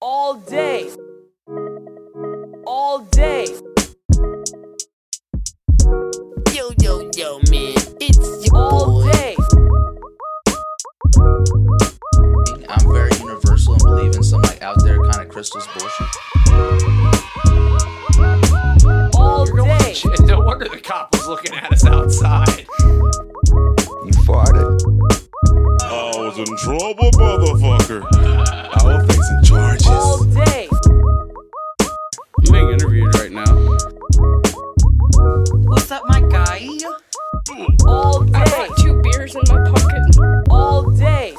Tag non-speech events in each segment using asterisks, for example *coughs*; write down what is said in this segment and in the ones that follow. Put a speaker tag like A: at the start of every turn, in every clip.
A: all day. All day.
B: Yo, yo, yo, man. It's your
A: All
B: boy.
A: day.
C: I'm very universal and believe in some like out there kind of crystals bullshit.
A: All day.
D: Shit, no wonder the cop was looking at us outside.
E: You farted.
F: I was in trouble, motherfucker. I was facing charges.
A: All day.
G: I'm being interviewed right now.
H: What's up, my guy?
A: All
I: I
A: day.
I: got two beers in my pocket.
A: All day.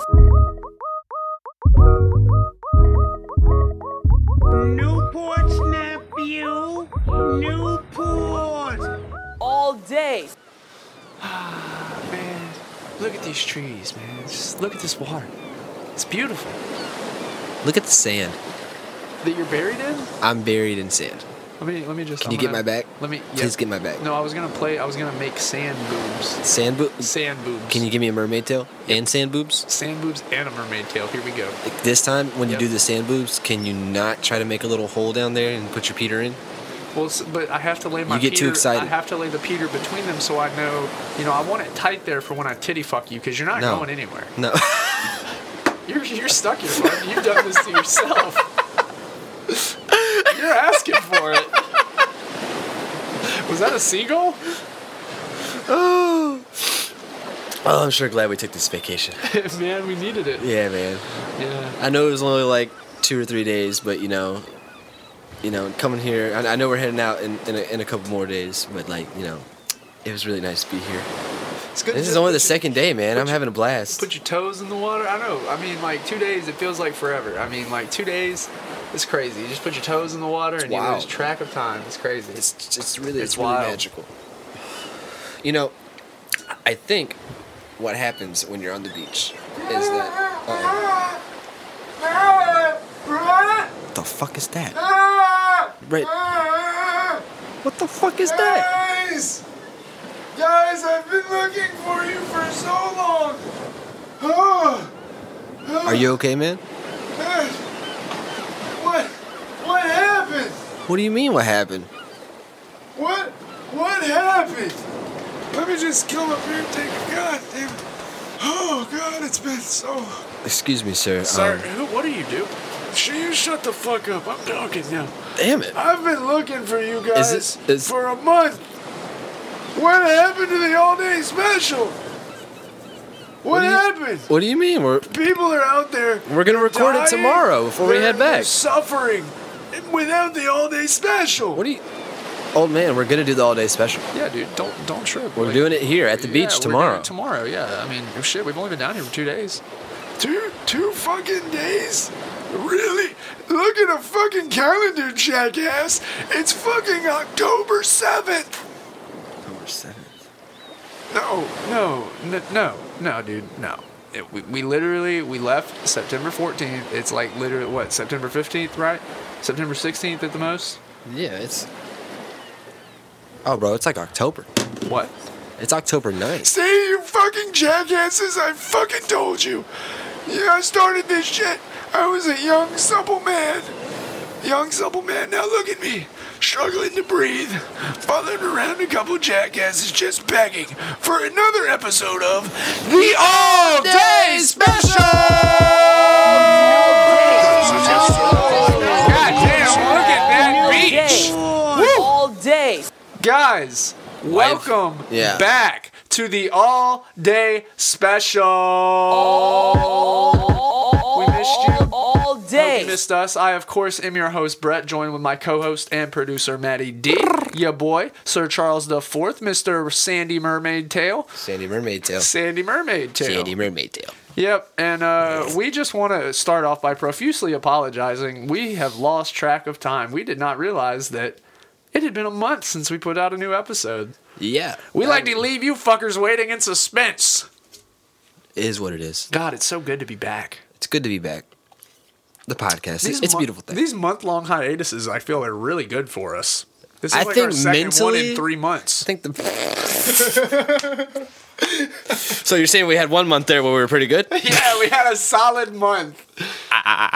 H: Newport snap you. Newport.
A: All day.
D: Ah, Man, look at these trees, man. Just look at this water. It's beautiful.
J: Look at the sand.
D: That you're buried in?
J: I'm buried in sand.
D: Let me let me just.
J: Can
D: I'm
J: you get
D: gonna-
J: my back?
D: Let me.
J: Please
D: yeah.
J: get my back.
D: No, I was gonna play. I was gonna make sand boobs.
J: Sand boob.
D: Sand boobs.
J: Can you give me a mermaid tail and sand boobs?
D: Sand boobs and a mermaid tail. Here we go.
J: Like, This time, when
D: Yep.
J: you do the sand boobs, can you not try to make a little hole down there and put your Peter in?
D: Well, s- but I have to lay my.
J: You get too
D: Peter,
J: excited.
D: I have to lay the Peter between them so I know. You know, I want it tight there for when I titty fuck you because you're not
J: No.
D: going anywhere.
J: No. *laughs*
D: You're you're stuck here, bud. You've done this to yourself. you're asking for it. Was that a seagull? *laughs*
J: oh, I'm sure glad we took this vacation.
D: Man, we needed it.
J: *laughs* Yeah, man.
D: Yeah.
J: I know it was only like two or three days, but you know, you know, coming here, I, I know we're heading out in, in, a, in a couple more days, but like, you know, it was really nice to be here.
D: It's good.
J: This
D: to
J: is
D: just
J: only the
D: put your-
J: second day, man. I'm having a blast.
D: Put your toes in the water. I know. I mean, like two days, it feels like forever. I mean, like two days, it's crazy. You just put your toes in the water and you
J: wild.
D: lose track of time. It's crazy.
J: It's it's really
D: It's
J: it's, really
D: wild.
J: magical. You know, I think what happens when you're on the beach is that. What the fuck is that? Right. What the fuck is that?
F: Guys! Guys, I've been looking for you for so long! Oh,
J: Are you okay, man?
F: man. What? What happened?
J: What do you mean? What happened?
F: What? What happened? Let me just come up here and take a god damn it. Oh god, it's been so.
J: Excuse me, sir.
D: Sir,
J: Um,
D: who, what do you do?
F: Should you shut the fuck up? I'm talking now.
J: Um, damn it.
F: I've been looking for you
J: Is
F: guys
J: this- is-
F: for a month. What happened to the all-day special? What,
J: do you-
F: happened?
J: What do you mean? We're
F: People are out there.
J: we're gonna record
F: dying.
J: it tomorrow before we
F: They're-
J: head
F: they're
J: back.
F: Suffering without the all-day special.
J: What do you? Old man, we're gonna do the all day special.
D: Yeah, dude, don't don't trip.
J: We're doing it here at the
D: yeah,
J: beach
D: we're doing
J: tomorrow.
D: it tomorrow, yeah. I mean, oh, shit, we've only been down here for two days.
F: Two two fucking days? Really? Look at a fucking calendar, jackass. It's fucking October 7th.
D: No, no, n- no, no, dude, no. It, we, we literally we left September 14th. It's like literally what September 15th, right? September 16th at the most.
J: Yeah, it's. Oh, bro, it's like October.
D: What?
J: It's October 9th.
F: See, you fucking jackasses, I fucking told you. Yeah, I started this shit. I was a young, supple man. Young, supple man. Now look at me, struggling to breathe, following around a couple jackasses just begging for another episode of The All Day Special!
D: God damn! Look at that
A: All day.
D: beach,
A: All day.
D: guys! Welcome
J: yeah.
D: back to the all day special.
A: All,
D: We missed you.
A: all
D: Hope
A: day.
D: you missed us. I, of course, am your host, Brett, joined with my co-host and producer, Maddie D. Your boy, Sir Charles the Fourth, Mister Sandy Mermaid Tail,
J: Sandy Mermaid Tail.
D: Sandy Mermaid Tail.
J: Sandy Mermaid Tail.
D: Yep, and uh, we just want to start off by profusely apologizing. We have lost track of time. We did not realize that it had been a month since we put out a new episode.
J: Yeah.
D: We
J: that
D: like to leave you fuckers waiting in suspense.
J: Is what it is.
D: God, it's so good to be back.
J: It's good to be back. The podcast.
D: These
J: it's a
D: mon-
J: beautiful thing.
D: These month-long hiatuses, I feel, are really good for us. This is
J: I
D: like our
J: think
D: second one in
J: mentally-
D: three months.
J: *laughs* I
D: *laughs*
J: think the.
D: *laughs*
J: so you're saying we had one month there where we were pretty good?
D: yeah, we had a solid month.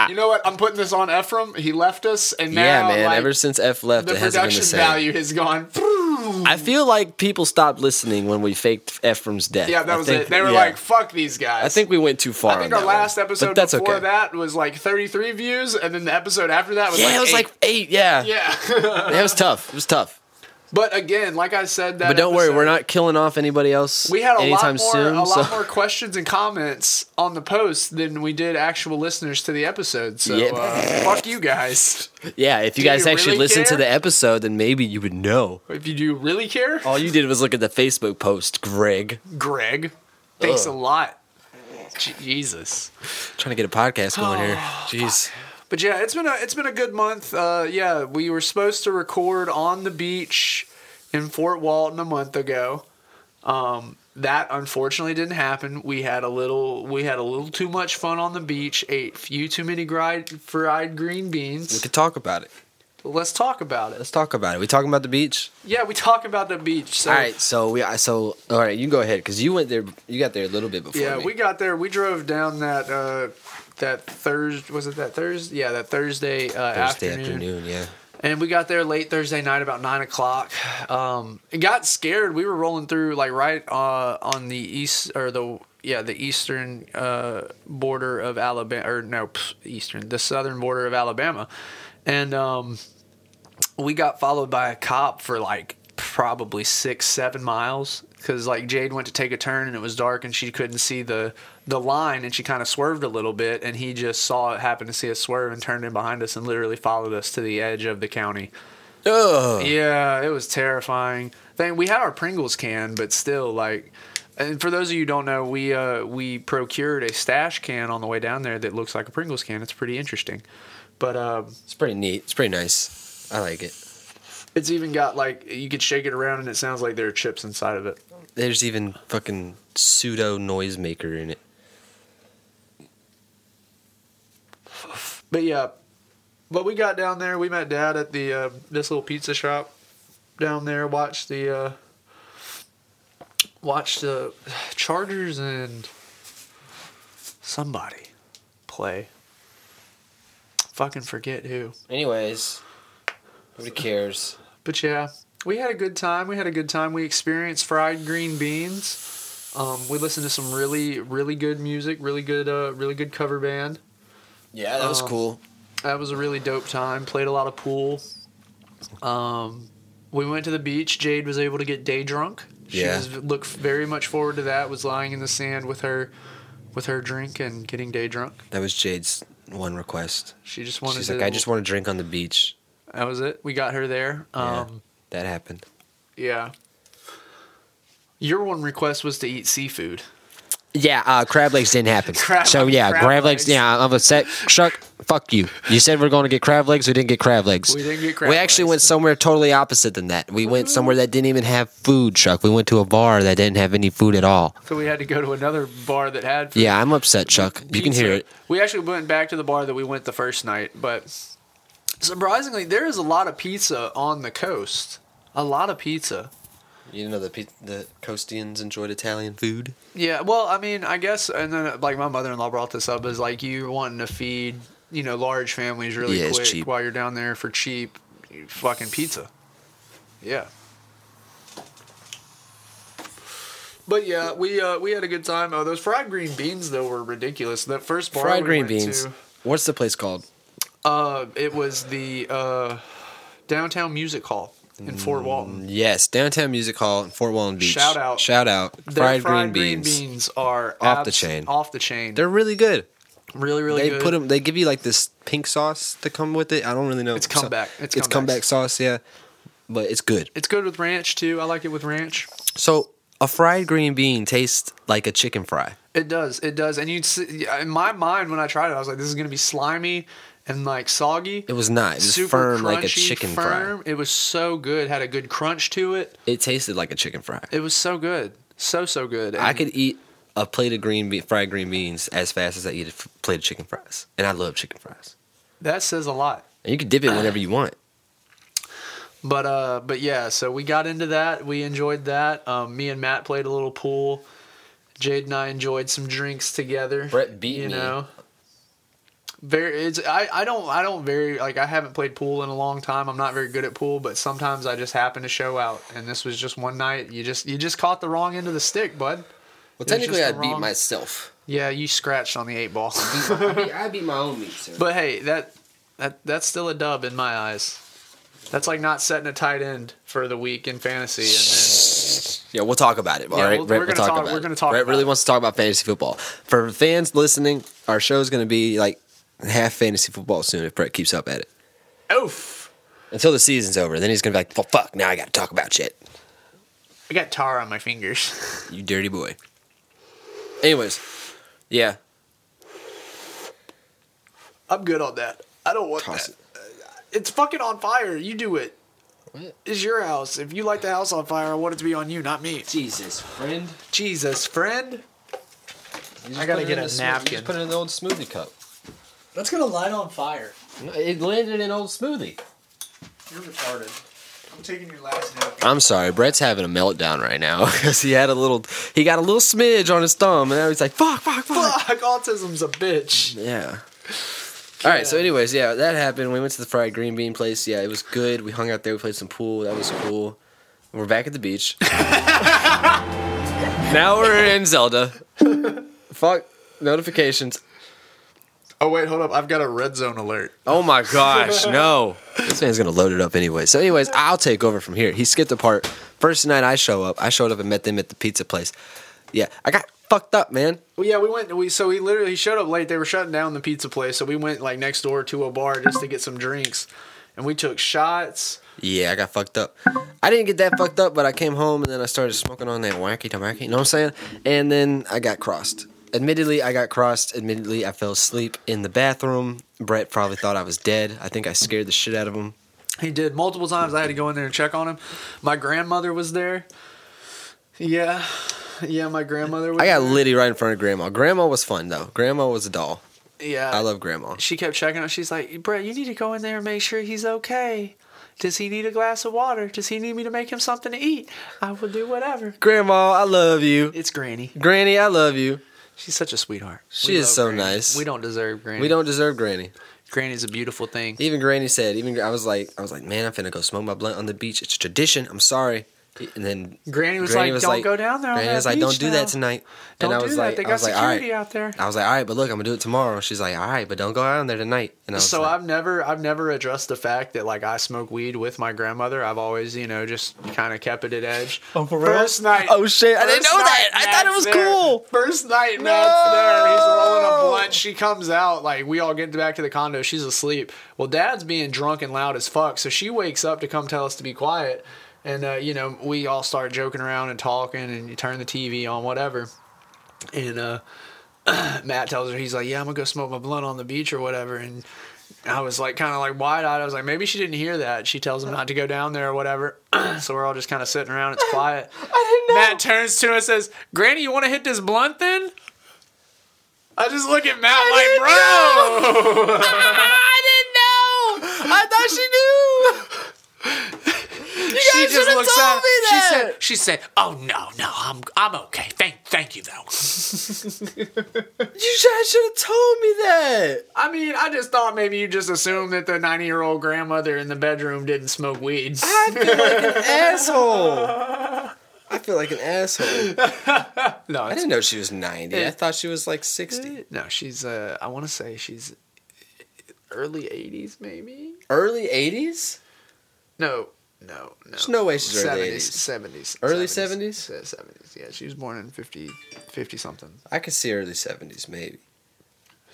D: You know what? I'm putting this on Ephraim. He left us, and
J: yeah,
D: now
J: man.
D: like,
J: ever since F left,
D: the
J: it hasn't been
D: production
J: the same.
D: value has gone. *laughs*
J: I feel like people stopped listening when we faked Ephraim's death.
D: Yeah, that
J: I
D: was
J: think-
D: it. They were
J: yeah.
D: like, "Fuck these guys."
J: I think we went too far.
D: I think
J: on
D: our
J: that one.
D: last episode
J: but that's
D: before
J: okay.
D: that was like 33 views, and then the episode after that was
J: yeah,
D: like
J: it was
D: eight.
J: like eight. Yeah,
D: *laughs* yeah. *laughs*
J: That was tough. It was tough.
D: but again, like I said, that
J: But don't worry,
D: episode-
J: we're not killing off anybody else.
D: We had a
J: anytime
D: lot more
J: soon.
D: a lot
J: so-
D: more questions and comments on the post than we did actual listeners to the episode. So
J: Yeah.
D: uh, fuck you guys.
J: yeah, if you
D: Do
J: guys
D: you
J: actually
D: really
J: listened
D: care?
J: to the episode, then maybe you would know.
D: If you do really care,
J: All you did was look at the Facebook post, Greg.
D: Greg, thanks a lot. Jesus.
J: Trying to get a podcast going
D: *sighs*
J: here. Jeez.
D: But yeah, it's been a it's been a good month. Uh, yeah, we were supposed to record on the beach in Fort Walton a month ago. Um, that unfortunately didn't happen. We had a little we had a little too much fun on the beach. Ate few too many gried, fried green
J: We
D: beans.
J: could talk about it.
D: Let's talk about it.
J: Let's talk about it. We talking about the beach?
D: Yeah, we talk about the beach. So
J: all right, so we I so all right, you go ahead because you went there. You got there a little bit before
D: yeah,
J: me.
D: we got there. We drove down that uh, that Thursday was it that Thursday? Yeah, that Thursday, uh,
J: Thursday
D: afternoon.
J: afternoon. Yeah.
D: And we got there late Thursday night, about nine o'clock. Um, it got scared. We were rolling through like right uh, on the east or the yeah the eastern uh, border of Alabama or no pff, eastern the southern border of Alabama, and um, we got followed by a cop for like probably six seven miles because like Jade went to take a turn and it was dark and she couldn't see the the line and she kind of swerved a little bit and he just saw it happened to see us swerve and turned in behind us and literally followed us to the edge of the county.
J: Ugh.
D: Yeah, it was terrifying. Thing we had our Pringles can, but still like. And for those of you who don't know, we uh, we procured a stash can on the way down there that looks like a Pringles can. It's pretty interesting, but um,
J: It's pretty neat. It's pretty nice. I like it.
D: it's even got like you could shake it around and it sounds like there are chips inside of it.
J: There's even fucking pseudo noisemaker in it.
D: But yeah, but we got down there. We met Dad at the uh, this little pizza shop down there. Watched the uh, watched the Chargers and somebody play. Fucking forget who.
J: Anyways, nobody cares.
D: But yeah, we had a good time. We had a good time. We experienced fried green beans. Um, we listened to some really, really good music. Really good, uh, really good cover band.
J: Yeah, that was
D: Oh.
J: cool.
D: That was a really dope time. Played a lot of pool. Um, we went to the beach. Jade was able to get day drunk. She
J: Yeah.
D: was, looked very much forward to that. Was lying in the sand with her, with her drink and getting day drunk.
J: That was Jade's one request.
D: She just wanted.
J: She's
D: to,
J: like, I just want to drink on the beach.
D: That was it. We got her there.
J: Yeah,
D: Um,
J: that happened.
D: yeah. Your one request was to eat seafood.
J: Yeah, uh, crab legs didn't
D: *laughs*
J: happen.
D: Crab-
J: so yeah,
D: crab
J: crab, legs.
D: legs.
J: Yeah, I'm upset. Shuck, fuck you. You said we're going to get crab legs. We didn't get crab legs.
D: We didn't get crab
J: We actually
D: legs.
J: went somewhere totally opposite than that. We went somewhere that didn't even have food. Chuck. We went to a bar that didn't have any food at all.
D: So we had to go to another bar that had. food.
J: Yeah, I'm upset, Chuck. You can hear it.
D: Pizza. We actually went back to the bar that we went the first night, but surprisingly, there is a lot of pizza on the coast. A lot of pizza.
J: You know the pe- the Coastians enjoyed Italian food.
D: Yeah, well, I mean, I guess, and then like my mother in law brought this up is like you wanting to feed you know large families really
J: Yeah, it's
D: quick
J: cheap.
D: while you're down there for cheap fucking pizza. Yeah. But yeah, we uh, we had a good time. Oh, those fried green beans though were ridiculous. That first bar
J: Fried
D: we
J: green
D: went
J: beans.
D: to-
J: What's the place called?
D: Uh, it was the uh, downtown music hall in
J: Mm,
D: Fort Walton.
J: Yes, Downtown Music Hall in Fort Walton Beach.
D: Shout out.
J: Shout out.
D: Their
J: Fried, green, beans.
D: are
J: Off the
D: abs-
J: chain.
D: Off the chain.
J: They're really good.
D: really really
J: they
D: good.
J: put them. They give you like this pink sauce to come with it. I don't really know.
D: It's
J: So-
D: comeback. It's
J: it's
D: comeback.
J: comeback sauce. Yeah, but it's good.
D: It's good with ranch too. I like it with ranch.
J: So a fried green bean tastes like a chicken fry.
D: It does. It does. And you in my mind when I tried it, I was like, this is gonna be slimy and like soggy.
J: It was not. It was
D: Super
J: firm
D: crunchy,
J: like a chicken fry.
D: firm. It was so good. Had a good crunch to it.
J: It tasted like a chicken fry.
D: It was so good. So so good.
J: I
D: And-
J: could eat a plate of green be- fried green beans as fast as I eat a f- plate of chicken fries, and I love chicken fries.
D: That says a lot.
J: And you can dip it whenever you want.
D: But uh, but yeah, so we got into that. We enjoyed that. Um, me and Matt played a little pool. Jade and I enjoyed some drinks together.
J: Brett beat
D: you
J: me.
D: know. very it's I, I don't I don't very like I haven't played pool in a long time. I'm not very good at pool, but sometimes I just happen to show out and this was just one night you just you just caught the wrong end of the stick, bud. It
J: Well,
D: was
J: technically,
D: just
J: I
D: the
J: beat
D: wrong-
J: myself.
D: Yeah, you scratched on the eight ball.
J: I, beat, I beat my own meat. So.
D: but hey, that that that's still a dub in my eyes. That's like not setting a tight end for the week in fantasy and
J: Yeah, we'll talk about it. All right,
D: we'll- we're gonna talk- we're gonna talk
J: Brett
D: about
J: really
D: it.
J: wants to talk about fantasy football. For fans listening, our show is going to be like half fantasy football soon if Brett keeps up at it
D: then oof.
J: until the season's over. Then he's going to be like, "Well, fuck! Now I got to talk about shit."
D: I got tar on my fingers. *laughs*
J: You dirty boy. Anyways, yeah,
D: I'm good on that. I don't want
J: Toss
D: that. It's fucking on fire. You do it. It's your house. If you light the house on fire, I want it to be on you, not me.
J: Jesus, friend.
D: Jesus, friend. I gotta put it get in a the smooth- you just napkin. put
J: put it in the old smoothie cup.
D: That's gonna light on fire.
J: It landed in old smoothie.
D: You're retarded. I'm taking your last
F: *laughs*
D: napkin.
J: I'm sorry, Brett's having a meltdown right now *laughs* because he had a little, he got a little smidge on his thumb, and now he's like, "Fuck, fuck, fuck."
D: Fuck, autism's a bitch.
J: Yeah. All right. So, anyways, yeah, that happened. We went to the fried green bean place. Yeah, it was good. We hung out there. We played some pool. That was cool. We're back at the beach. *laughs* now we're in Zelda. Fuck notifications.
D: Oh wait, hold up. I've got a red zone alert.
J: Oh my *laughs* gosh, no. This man's gonna load it up anyway. So, anyways, I'll take over from here. He skipped a part. First night I show up, I showed up and met them at the pizza place. Yeah, I got fucked up, man.
D: Well, Oh, yeah, we went. We so we literally he showed up late. They were shutting down the pizza place, so we went like next door to a bar just to get some drinks, and we took shots.
J: Yeah, I got fucked up. I didn't get that fucked up, but I came home and then I started smoking on that wacky tamarky. You know what I'm saying? And then I got crossed. Admittedly, I got crossed. Admittedly, I fell asleep in the bathroom. Brett probably thought I was dead. I think I scared the shit out of him.
D: He did multiple times. I had to go in there and check on him. My grandmother was there. Yeah, yeah, my grandmother. Was
J: I got
D: there.
J: Liddy right in front of Grandma. Grandma was fun though. Grandma was a doll.
D: Yeah,
J: I love Grandma.
D: She kept checking on. She's like, Brett, you need to go in there and make sure he's okay. Does he need a glass of water? Does he need me to make him something to eat? I will do whatever.
J: Grandma, I love you.
D: It's Granny.
J: Granny, I love you.
D: She's such a sweetheart.
J: She
D: We
J: is
D: love
J: so
D: Granny.
J: nice.
D: We don't deserve Granny.
J: We don't deserve Granny.
D: Granny's a beautiful thing.
J: Even Granny said. Even I was like, I was like, man, I'm finna go smoke my blunt on the beach. It's a tradition. I'm sorry. And then
D: Granny was like, "Don't go down there on
J: Granny
D: that
J: was like, don't
D: beach
J: do
D: now.
J: that tonight.
D: Don't
J: and I
D: do
J: was
D: that.
J: like,
D: they
J: I
D: got
J: was like, all
D: security
J: right.
D: out there.
J: I was like, all right, but look, I'm gonna do it tomorrow. She's like, all right, but don't go down there tonight. And I was
D: So
J: like,
D: I've never, I've never addressed the fact that like I smoke weed with my grandmother. I've always, you know, just kind of kept it at edge. Oh, for First night.
J: oh shit, I didn't
D: First
J: know
D: night
J: that. I thought it
D: Matt's
J: was
D: there.
J: cool.
D: First night Matt's there. He's rolling a
J: No.
D: blunt. She comes out. Like, we all get back to the condo. She's asleep. Well, dad's being drunk and loud as fuck. So she wakes up to come tell us to be quiet. And, uh, you know, we all start joking around and talking and you turn the TV on, whatever. And uh, *clears throat* Matt tells her, he's like, yeah, I'm going to go smoke my blunt on the beach or whatever. And I was like, kind of like wide eyed. I was like, maybe she didn't hear that. She tells him not to go down there or whatever. *clears throat* so we're all just kind of sitting around.
J: *laughs*
D: It's quiet. Matt turns to him and says, Granny, you want to hit this blunt then? I just look at Matt like, bro. *laughs*
J: *laughs* I didn't know. I thought she knew. you
D: She just looks at She said,
A: She said, "Oh no, no, I'm I'm okay. Thank thank you
D: *laughs*
A: though."
J: You guys should have told me that.
D: I mean, I just thought maybe you just assumed that the 90 year old grandmother in the bedroom didn't smoke weed.
J: asshole. I feel like an asshole.
D: no,
J: I
D: it's,
J: didn't know she was 90. I thought she was like 60.
D: *laughs* no, she's, uh, I want to say she's early 80s maybe?
J: Early 80s?
D: No, no, no.
J: There's no way she's early 80s.
D: 70s.
J: Early
D: 70s?
J: 70s?
D: Yeah, 70s. Yeah, she was born in 50, 50 something.
J: I could see early 70s, maybe.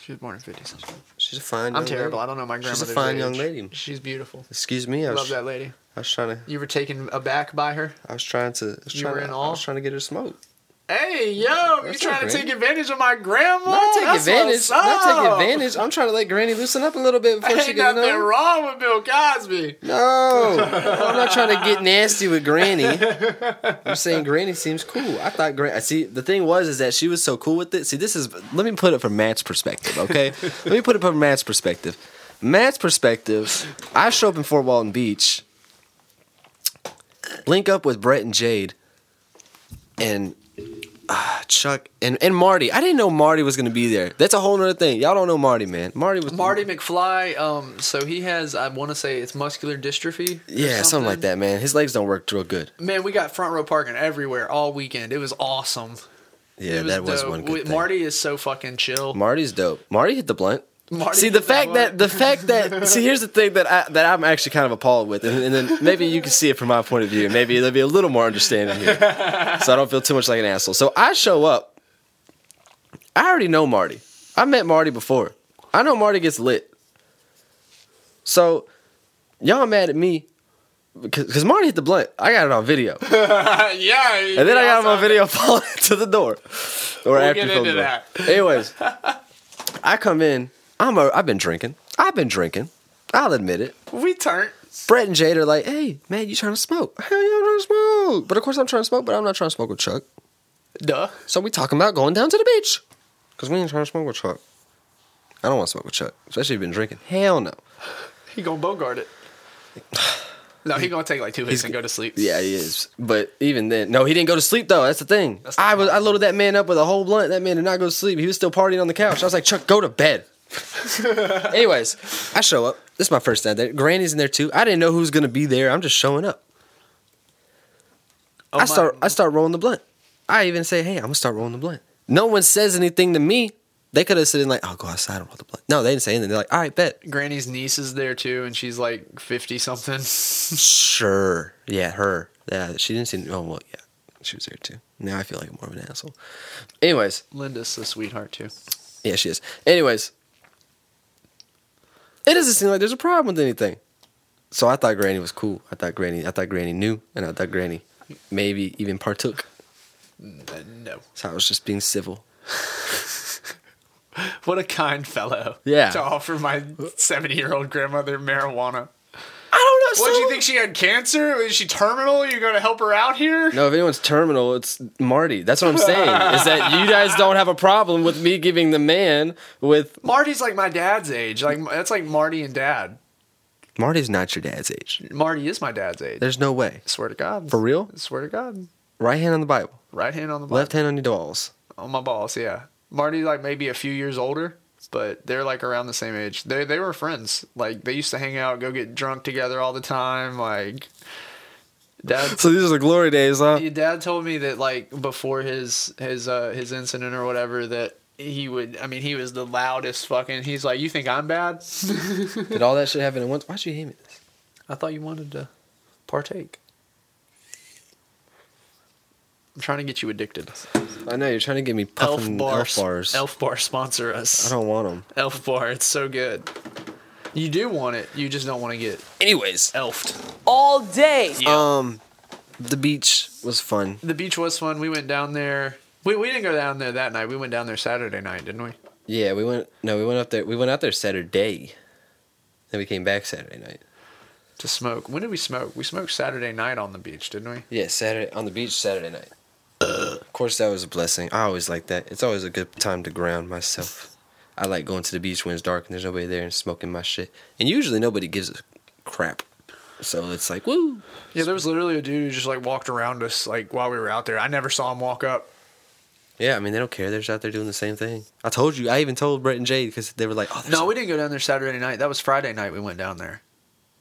D: She was born in 50 something.
J: She's a fine
D: I'm
J: young
D: terrible. I
J: lady.
D: don't know my grandmother's
J: She's a fine
D: age.
J: young lady.
D: She's beautiful.
J: Excuse me. I
D: I
J: was,
D: Love that lady.
J: I was trying to.
D: You were taken aback by her.
J: I was trying to. I was
D: You
J: trying
D: were
J: to-
D: in
J: I
D: awe?
J: was trying to get her smoked.
D: Hey, yo, you
J: That's
D: trying to
J: not
D: take
J: great.
D: advantage of my grandma?
J: not take
D: Oh, That's
J: advantage.
D: what's
J: Not take
D: up.
J: advantage. I'm trying to let Granny loosen up a little
D: *laughs*
J: bit before she
D: Ain't
J: gets
D: nothing
J: on.
D: wrong with Bill Cosby.
J: No, I'm not trying to get nasty with Granny. I'm saying Granny seems cool. I thought Granny. See, the thing was is that she was so cool with it. See, this is. Let me put it from Matt's perspective, okay? let me put it from Matt's perspective. Matt's perspective. I show up in Fort Walton Beach, link up with Brett and Jade, and ah, Chuck and, and Marty. I didn't know Marty was gonna be there. That's a whole nother thing. Y'all don't know Marty, man. Marty was
D: Marty McFly. Um, so he has I want to say it's muscular dystrophy. or
J: Yeah, something. like that, man. His legs don't work real good.
D: Man, we got front row parking everywhere all weekend. It was awesome.
J: Yeah,
D: It was
J: that was
D: dope.
J: one
D: We-
J: good thing.
D: Marty is so fucking chill.
J: Marty's dope. Marty hit the blunt.
D: Marty
J: see
D: hit
J: the
D: the
J: fact
D: blunt.
J: that the fact
D: *laughs*
J: that see here's the thing that I that I'm actually kind of appalled with, and, and then maybe you can see it from my point of view, and maybe there'll be a little more understanding here, so I don't feel too much like an asshole. So I show up. I already know Marty. I met Marty before. I know Marty gets lit. So y'all mad at me because Marty hit the blunt. I got it on video, and
D: yeah.
J: then I got him on video *laughs* falling to the door, or after
D: get
J: he fell
D: into
J: to the
D: *laughs*
J: door. Anyways, I come in. I'm a. I've been drinking. I've been drinking. I'll admit it.
D: We turned.
J: Brett and Jade are like, "Hey, man, you trying to smoke? *laughs* Hell yeah, I'm trying to smoke." But of course, I'm trying to smoke. But I'm not trying to smoke with Chuck.
D: Duh.
J: So we talking about going down to the beach because we ain't trying to smoke with Chuck. I don't want to smoke with Chuck, especially if you've been drinking. Hell no.
D: He gonna bogart it. No, he gonna take like two hits and go to sleep.
J: Yeah, he is. But even then, no, he didn't go to sleep though. That's the thing.
D: That's the
J: I was I loaded that man up with a whole blunt. That man did not go to sleep. He was still partying on the couch. I was like, Chuck, go
D: *laughs*
J: to bed. Anyways, I show up. This is my first night there. Granny's in there too. I didn't know who was gonna be there. I'm just showing up.
D: Oh,
J: I
D: my-
J: start I start rolling the blunt. I even say, hey, I'm gonna start rolling the blunt. No one says anything to me. They could have said like, I'll go outside and roll the blunt. No, they didn't say anything. They're like, all right, bet.
D: Granny's niece is there too, and she's like fifty something. *laughs*
J: Sure. Yeah, her. Yeah, she didn't seem. Oh well, yeah, she was there too. Now I feel like more of an asshole. Anyways,
D: Linda's a sweetheart too.
J: yeah, she is. Anyways, it doesn't seem like there's a problem with anything. So I thought Granny was cool. I thought Granny. I thought Granny knew, and I thought Granny maybe even partook.
D: Uh, no.
J: So I was just being civil.
D: What a kind fellow.
J: Yeah.
D: To offer my seventy-year-old grandmother marijuana.
J: I don't know.
D: What do
J: so-
D: you think she had cancer? Is she terminal? You're gonna help her out here?
J: No, if anyone's terminal, it's Marty. That's what I'm saying. is that you guys don't have a problem with me giving the man with
D: Marty's like my dad's age. Like that's like Marty and Dad.
J: Marty's not your dad's age.
D: Marty is my dad's age.
J: There's no way.
D: swear to God.
J: For real?
D: swear to God.
J: Right hand on the Bible.
D: Right hand on the
J: Left hand on your dolls.
D: on my balls. Yeah, Marty's like maybe a few years older, but they're like around the same age. They they were friends. Like they used to hang out, go get drunk together all the time. Like dad.
J: So these are the glory days, huh?
D: *laughs* Your dad told me that like before his his uh his incident or whatever that he would I mean he was the loudest fucking he's like you think I'm bad
J: Did all that shit happen at once? Why'd you hate me this?
D: I thought you wanted to partake I'm trying to get you addicted
J: I know you're trying to get me
D: elf
J: puffing elf,
D: bar
J: bars.
D: elf bar sponsor us
J: I don't want them.
D: Elf bar, it's so good. You do want it, you just don't want to get
J: Anyways,
D: elfed.
B: All day.
J: um, the beach was fun.
D: The beach was fun. We went down there. We, we didn't go down there that night. We went down there Saturday night, didn't we?
J: Yeah, we went. No, we went up there. We went out there Saturday. Then we came back Saturday night.
D: To smoke. When did we smoke? We smoked Saturday night on the beach, didn't we?
J: Yeah, Saturday on the beach Saturday night. of course, that was a blessing. I always like that. It's always a good time to ground myself. I like going to the beach when it's dark and there's nobody there and smoking my shit. And usually nobody gives a crap. So it's like, woo.
D: Yeah, there was literally a dude who just like walked around us like while we were out there. I never saw him walk up.
J: Yeah, I mean, they don't care. They're just out there doing the same thing. I told you. I even told Brett and Jade because they were like, oh, there's
D: No,
J: a-
D: we didn't go down there Saturday night. That was Friday night we went down there.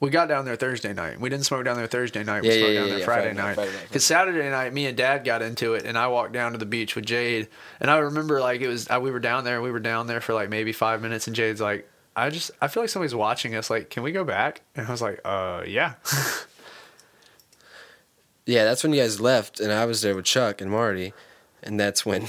D: We got down there Thursday night. We didn't smoke down there Thursday night. We
J: Yeah, yeah,
D: smoked
J: yeah,
D: down there
J: yeah,
D: Friday,
J: Friday night,
D: night.
J: Friday night.
D: Because Saturday night, me and Dad got into it, and I walked down to the beach with Jade. And I remember like it was I, we were down there. We were down there for like maybe five minutes, and Jade's like, "I just I feel like somebody's watching us. Like, can we go back?" And I was like, "Uh, yeah." *laughs*
J: Yeah, that's when you guys left and I was there with Chuck and Marty. And that's when.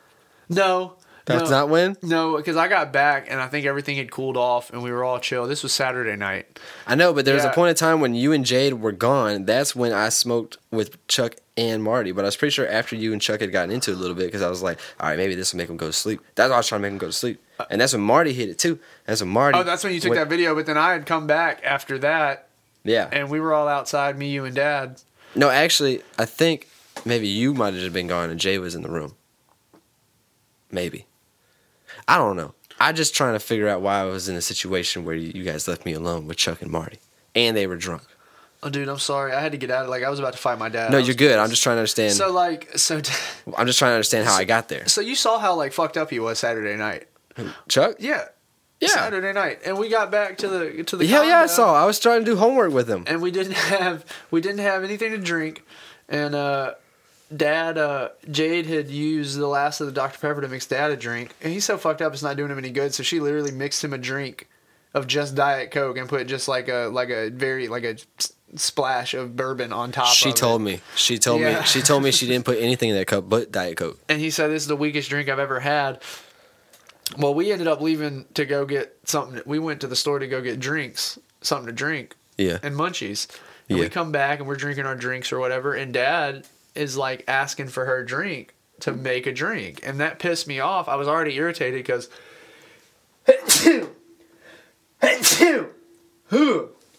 J: *laughs*
D: no,
J: That's
D: no.
J: not when?
D: No, because I got back and I think everything had cooled off and we were all chill. This was Saturday night.
J: I know, but there was
D: Yeah.
J: a point in time when you and Jade were gone. That's when I smoked with Chuck and Marty. But I was pretty sure after you and Chuck had gotten into it a little bit because I was like, all right, maybe this will make him go to sleep. That's why I was trying to make him go to sleep. And that's when Marty hit it too. That's when Marty.
D: Uh, Oh, that's when you took
J: went-
D: that video. But then I had come back after that,
J: Yeah.
D: and we were all outside, me, you, and Dad.
J: no, actually, I think maybe you might have just been gone and Jade was in the room. Maybe. I don't know. I just trying to figure out why I was in a situation where you guys left me alone with Chuck and Marty, and they were drunk.
D: Oh, dude, I'm sorry. I had to get out of like I was about to fight my dad.
J: No,
D: I was-
J: you're good. I'm just trying to understand.
D: So like so
J: I'm just trying to understand how I got there.
D: so you saw how like fucked up he was Saturday night.
J: Chuck?
D: Yeah.
J: Yeah.
D: Saturday night, and we got back to the to the.
J: Hell yeah, I
D: condo,
J: saw. I was trying to do homework with him.
D: And we didn't *laughs* have we didn't have anything to drink, and uh, Dad uh, Jade had used the last of the Dr Pepper to mix Dad a drink, and he's so fucked up it's not doing him any good. So she literally mixed him a drink of just Diet Coke and put just like a like a very like a s- splash of bourbon on top.
J: She
D: of it.
J: told me. She told
D: Yeah.
J: me. She told me she didn't put anything in that cup but Diet Coke.
D: and he said this is the weakest drink I've ever had. Well, we ended up leaving to go get something. We went to the store to go get drinks, something to drink,
J: Yeah.
D: and munchies. And we
J: Yeah.
D: come back and we're drinking our drinks or whatever, and Dad is like asking for her drink to make a drink, and that pissed me off. I was already irritated because. *coughs*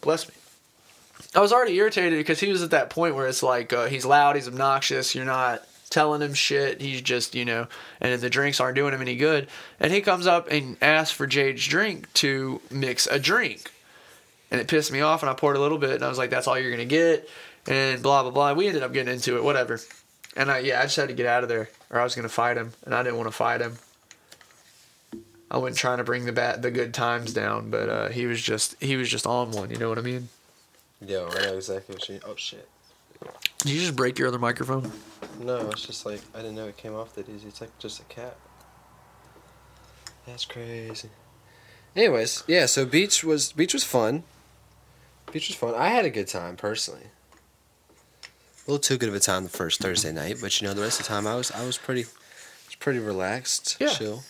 D: Bless me. I was already irritated because he was at that point where it's like uh, he's loud, he's obnoxious, you're not telling him shit. He's just you know, and the drinks aren't doing him any good. And he comes up and asks for Jade's drink to mix a drink, and it pissed me off. And I poured a little bit, and I was like, "That's all you're gonna get," and blah blah blah. We ended up getting into it, whatever. And I yeah, I just had to get out of there, or I was gonna fight him, and I didn't want to fight him. I wasn't trying to bring the bat, the good times down, but uh, he was just he was just on one. You know what I mean?
J: Yo, I know exactly what she. Oh shit.
D: Did you just break your other microphone?
J: No, it's just like I didn't know it came off that easy. It's like just a cat. That's crazy. Anyways, yeah. So beach was beach was fun. Beach was fun. I had a good time personally. A little too good of a time the first Thursday night, but you know the rest of the time I was I was pretty, was pretty relaxed,
D: Yeah.
J: chill.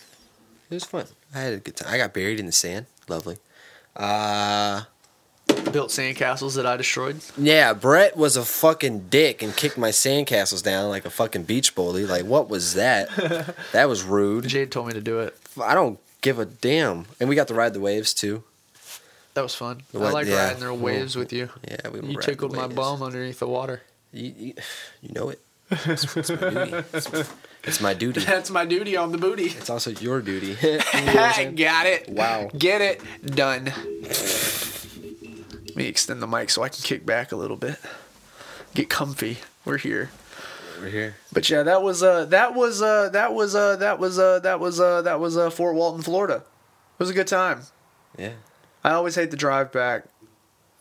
J: It was fun. I had a good time. I got buried in the sand. Lovely. Uh
D: Built sandcastles that I destroyed.
J: yeah, Brett was a fucking dick and kicked my sandcastles down like a fucking beach bully. Like what was that?
D: *laughs*
J: that was rude.
D: Jade told me to do it.
J: I don't give a damn. And we got to ride the waves too.
D: That was fun. I
J: What-
D: like
J: yeah.
D: riding their waves with you.
J: Yeah, we.
D: You
J: ride the
D: tickled my
J: waves.
D: bum underneath the water. *laughs*
J: You, you, you know it. It's, it's my duty. It's, it's
D: *laughs*
J: my duty.
D: That's my duty on the booty.
J: It's also your duty.
D: *laughs*
J: You *laughs* know what I'm
D: I
J: saying?
D: got it.
J: Wow.
D: Get it done. Let me extend the mic so I can kick back a little bit. Get comfy. We're here.
J: We're here.
D: But yeah, that was uh that was uh that was uh that was uh that was uh that was uh Fort Walton, Florida. It was a good time.
J: Yeah.
D: I always hate the drive back.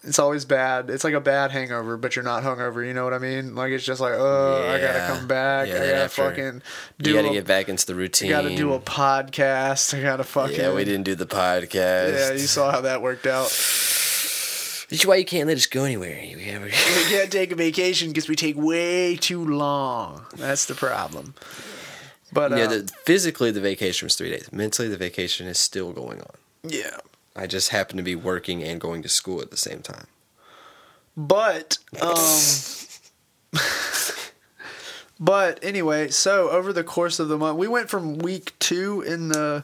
D: It's always bad. It's like a bad hangover, but you're not hungover. You know what I mean? Like it's just like, oh, I gotta
J: Yeah.
D: come back.
J: Yeah,
D: I
J: then
D: gotta
J: after,
D: fucking
J: you
D: do.
J: got to
D: a-
J: get back into the routine.
D: I gotta do a podcast. I gotta fucking.
J: Yeah, we didn't do the podcast.
D: Yeah, you saw how that worked out.
J: This is why you can't let us go anywhere. You ever-
D: We can't take a vacation because we take way too long. That's the problem. But uh,
J: yeah, the, physically the vacation was three days. Mentally the vacation is still going on.
D: yeah.
J: I just happen to be working and going to school at the same time.
D: But um *laughs* But anyway, so over the course of the month, we went from week 2 in the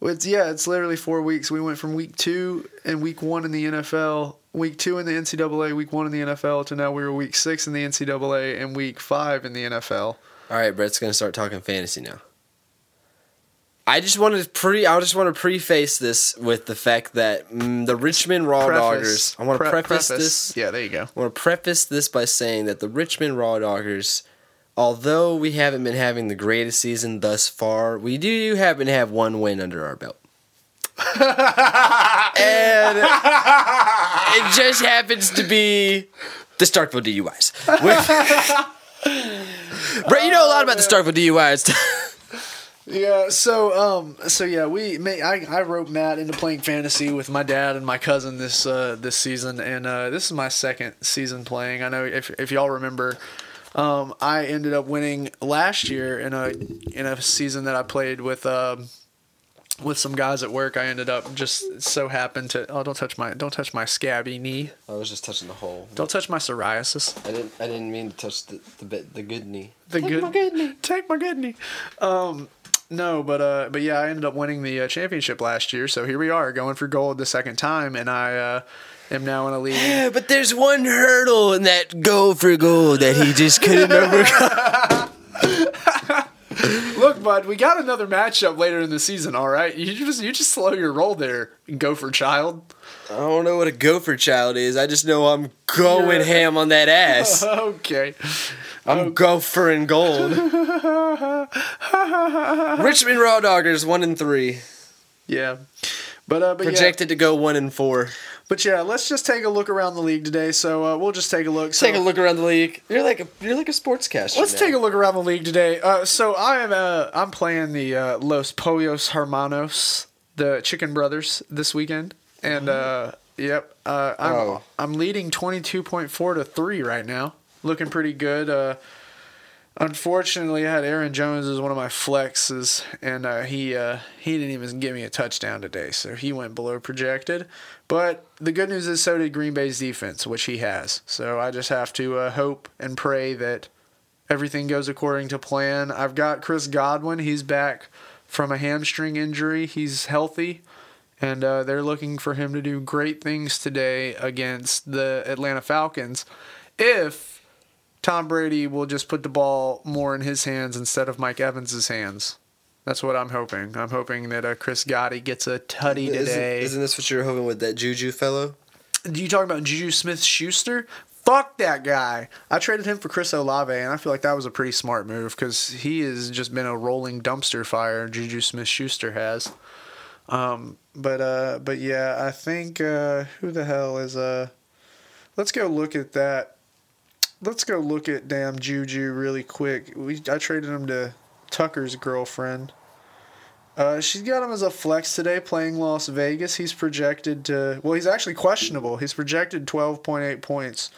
D: it's yeah, it's literally 4 weeks. We went from week 2 and week 1 in the NFL, week 2 in the NCAA, week 1 in the NFL to now we were week 6 in the NCAA and week 5 in the NFL.
J: All right, Brett's gonna start talking fantasy now. I just want to pre. I just want to preface this with the fact that mm, the Richmond Raw Doggers. I want to
D: Pre-
J: preface, this.
D: Yeah, there you go.
J: I want to preface this by saying that the Richmond Raw Doggers, although we haven't been having the greatest season thus far, we do happen to have one win under our *laughs* belt. and it just happens to be the Starkville *laughs* DUIs. Brett, you know a lot about the Starkville *laughs* DUIs.
D: Yeah, so um, so yeah, we may I, I wrote Matt into playing fantasy with my dad and my cousin this uh this season, and uh, this is my second season playing. I know if if y'all remember, um, I ended up winning last year in a in a season that I played with um with some guys at work. I ended up just so happened to oh don't touch my don't touch my scabby knee,
J: I was just touching the hole.
D: don't touch my psoriasis.
J: I didn't. I didn't mean to touch the the, the good knee.
D: the take good, my Take my good knee. Um, no, but uh, but yeah, I ended up winning the uh, championship last year. So here we are, going for gold the second time, and I uh, am now in a league.
J: Yeah, but there's one hurdle *laughs* in that goal for goal that he just couldn't overcome.
F: Look, bud, we got another matchup later in the season. All right, you just you just slow your roll there and go for child. *laughs*
J: I don't know what a gopher child is. I just know I'm going ham on that ass.
F: Okay,
J: I'm gopher and *laughs* gold. Richmond Raw Doggers one and three,
F: yeah, but uh, but yeah.
J: projected to go one and four.
F: But yeah, let's just take a look around the league today. So uh, we'll just take a look. So
J: Take a look around the league. You're like a you're like a sportscaster.
F: Let's take a look around the league today. Uh, so I am uh, I'm playing the uh, Los Pollos Hermanos, the Chicken Brothers, this weekend, and uh, yep, uh, I'm
J: Oh.
F: I'm leading twenty two point four to three right now, looking pretty good. Uh, unfortunately, I had Aaron Jones as one of my flexes, and uh, he uh, he didn't even give me a touchdown today, so he went below projected. But the good news is, so did Green Bay's defense, which he has. So I just have to uh, hope and pray that everything goes according to plan. I've got Chris Godwin; he's back from a hamstring injury. He's healthy. And uh, they're looking for him to do great things today against the Atlanta Falcons. If Tom Brady will just put the ball more in his hands instead of Mike Evans' hands. That's what I'm hoping. I'm hoping that uh, Chris Gotti gets a tutty
J: Isn't,
F: today.
J: isn't this what you're hoping with that Juju fellow?
F: you talking about Juju Smith Schuster? Fuck that guy. I traded him for Chris Olave, and I feel like that was a pretty smart move because he has just been a rolling dumpster fire. Juju Smith Schuster has. Um, but uh, but yeah, I think uh, who the hell is uh? Let's go look at that. Let's go look at damn Juju really quick. We I traded him to Tucker's girlfriend. Uh, she's got him as a flex today, playing Las Vegas. He's projected to. Well, he's actually questionable. He's projected twelve point eight points,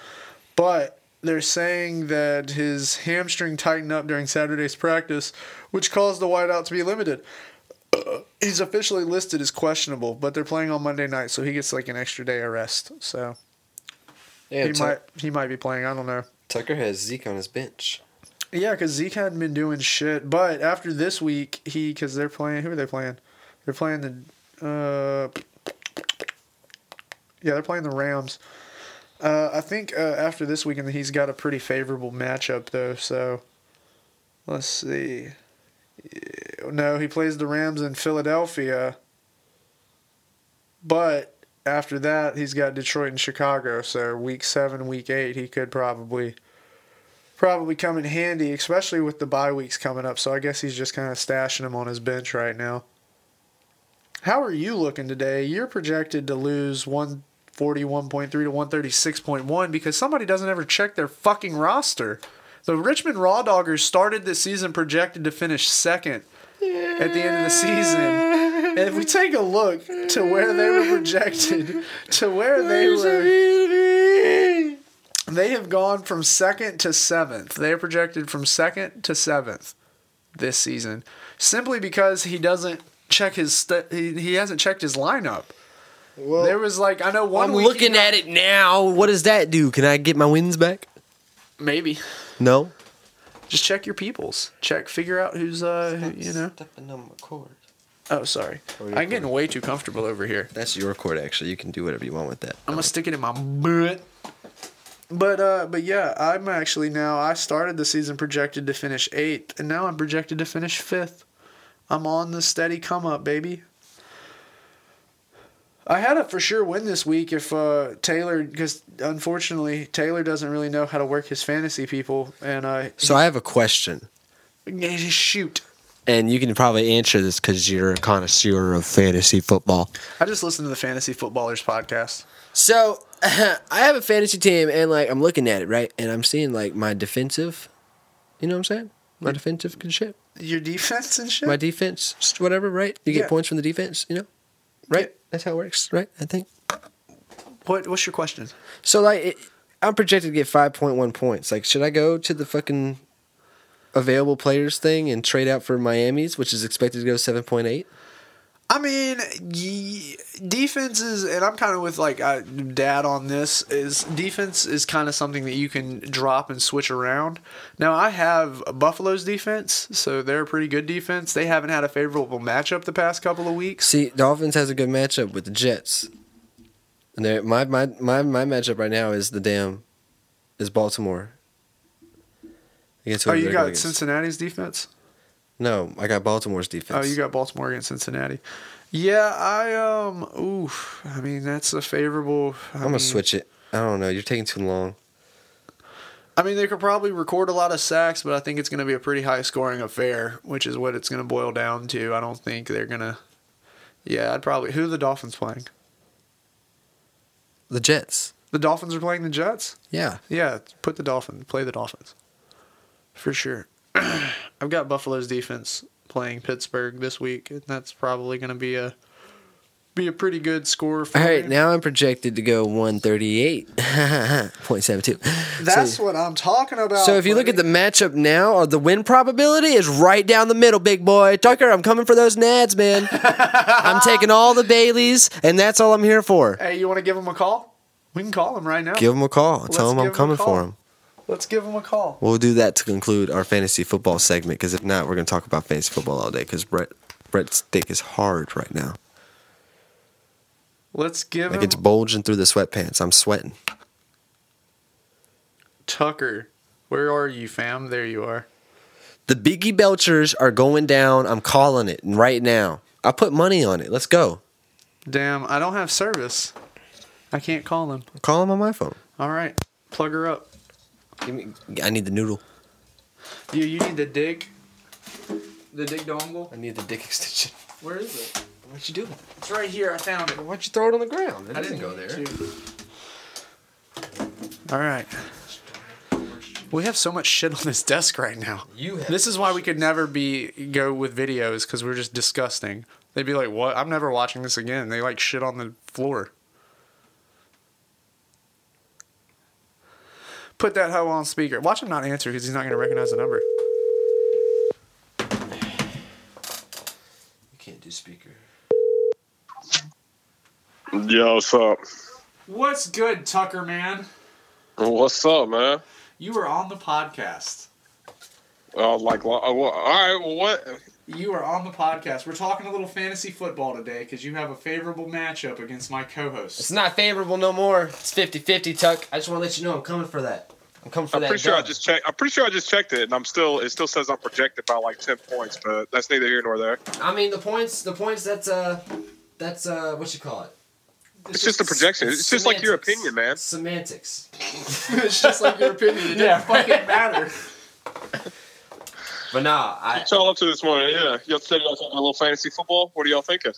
F: but they're saying that his hamstring tightened up during Saturday's practice, which caused the wideout to be limited. *clears throat* He's officially listed as questionable, but they're playing on Monday night, so he gets like an extra day of rest. So
J: Yeah,
F: he might he might be playing. I don't know.
J: Tucker has Zeke on his bench.
F: Yeah, because Zeke hadn't been doing shit. But after this week, he because they're playing. Who are they playing? They're playing the. Uh, yeah, they're playing the Rams. Uh, I think uh, after this weekend, he's got a pretty favorable matchup though. So, let's see. Yeah, No, he plays the Rams in Philadelphia. But after that, he's got Detroit and Chicago. So week seven, week eight, he could probably probably come in handy, especially with the bye weeks coming up. So I guess he's just kind of stashing him on his bench right now. How are you looking today? You're projected to lose 141.3 to 136.1 because somebody doesn't ever check their fucking roster. The Richmond Raw Doggers started this season projected to finish second at the end of the season. And if we take a look to where they were projected, to where they were. They have gone from second to seventh. They are projected from second to seventh this season, simply because he doesn't check his st- he, he hasn't checked his lineup. Well, there was like I know one
J: I'm
F: week
J: looking at it now. What does that do? Can I get my wins back?
F: maybe
J: No.
F: just check your peoples, check figure out who's uh who, you know.
J: Stepping on my cord.
F: Oh, sorry, I'm getting way too comfortable over here.
J: That's your cord, actually. You can do whatever you want with that.
F: I'm gonna stick it in my butt. But uh, but yeah, I'm actually now. I started the season projected to finish eighth, and now I'm projected to finish fifth. I'm on the steady come up, baby. I had a for sure win this week if uh, Taylor, because unfortunately Taylor doesn't really know how to work his fantasy people, and I
J: So I have a question,
F: shoot.
J: and you can probably answer this because you're a connoisseur of fantasy football.
F: I just listened to the Fantasy Footballers podcast.
J: So *laughs* I have a fantasy team, and like I'm looking at it right, and I'm seeing like my defensive. You know what I'm saying? My defensive good shit.
F: Your defense and shit.
J: My defense, just whatever, right? You get
F: Yeah.
J: points from the defense, you know, right? That's how it works, right? I think.
F: what What's your question?
J: So like, it, I'm projected to get 5.1 points. Like, should I go to the fucking available players thing and trade out for Miami's, which is expected to go 7.8?
F: I mean, ye- defenses, and I'm kind of with like uh, dad on this. Is defense is kind of something that you can drop and switch around. Now I have Buffalo's defense, so they're a pretty good defense. They haven't had a favorable matchup the past couple of weeks.
J: See, Dolphins has a good matchup with the Jets. And they're- my, my my my matchup right now is the damn is Baltimore. Against
F: Oh,
J: whoever
F: you
J: they're
F: got
J: going against.
F: Cincinnati's defense.
J: No, I got Baltimore's
D: Oh,
J: defense.
D: you got Baltimore against Cincinnati. Yeah, I um, oof. I mean, that's a favorable. I
J: I'm gonna
D: mean,
J: switch it. I don't know. You're taking too long.
D: I mean, they could probably record a lot of sacks, but I think it's going to be a pretty high scoring affair, which is what it's going to boil down to. I don't think they're going to. Yeah, I'd probably. Who are the Dolphins playing?
J: The Jets.
D: The Dolphins are playing the Jets?
J: Yeah.
D: Yeah, put the Dolphins. Play the Dolphins. For sure. *clears throat* I've got Buffalo's defense playing Pittsburgh this week, and that's probably going to be a be a pretty good score for
J: All right,
D: me.
J: now I'm projected to go *laughs* 138.72.
D: That's
J: so,
D: what I'm talking about.
J: so if you look at the matchup now, or the win probability is right down the middle, big boy. Tucker, I'm coming for those
D: *laughs*
J: nads, man. I'm taking all the Baileys, and that's all I'm here for.
D: Hey, you want to give him a call? We can call him right now.
J: Give him a call. Tell
D: Let's
J: him
D: give
J: I'm
D: him a
J: coming
D: call.
J: for him.
D: Let's give him a call.
J: We'll do that to conclude our fantasy football segment because if not, we're going to talk about fantasy football all day because Brett, Brett's dick is hard right now.
D: Let's give
J: Like
D: him
J: it's bulging through the sweatpants. I'm sweating.
D: Tucker. Where are you, fam? There you are.
J: The Biggie Belchers are going down. I'm calling it right now. I put money on it. Let's go.
D: Damn, I don't have service. I can't call him.
J: Call them on my phone.
D: All right, plug her up.
J: Give me, I need the noodle.
D: You you need the dig, the dig dongle.
J: I need the dick extension.
D: Where is it?
J: What'd you do?
D: It's right here. I found it.
J: Why'd you throw it on the ground? It
D: I didn't go there. All right. We have so much shit on this desk right now.
J: You have
D: this is why we could never be go with videos because we're just disgusting. They'd be like, "What? I'm never watching this again." They like shit on the floor. Put that hoe on speaker. Watch him not answer because he's not going to recognize the number.
J: You can't do speaker.
K: Yo, what's up?
D: What's good, Tucker man?
K: What's up, man?
D: You were on the podcast.
K: Oh, like, lo- oh, well, all right, well, what?
D: You are on the podcast. We're talking a little fantasy football today because you have a favorable matchup against my
J: It's
D: co-host.
J: not favorable no more. It's 50 50, Tuck. I just want to let you know I'm coming for that. I'm coming for
K: I'm
J: that.
K: pretty sure I
J: dub.
K: just checked. I'm pretty sure I just checked it, and I'm still. It still says I'm projected by like ten points, but that's neither here nor there.
J: I mean, the points, the points, that's, uh, that's, uh, what you call it?
K: It's, just a projection. It's, just like your
J: semantics.
K: opinion, man.
J: Semantics.
D: it's just like your opinion. It doesn't fucking
F: *laughs*
D: matter.
J: But nah, I,
K: It's all up to this morning. Yeah, y'all said y'all talking a little fantasy football. What are y'all thinking?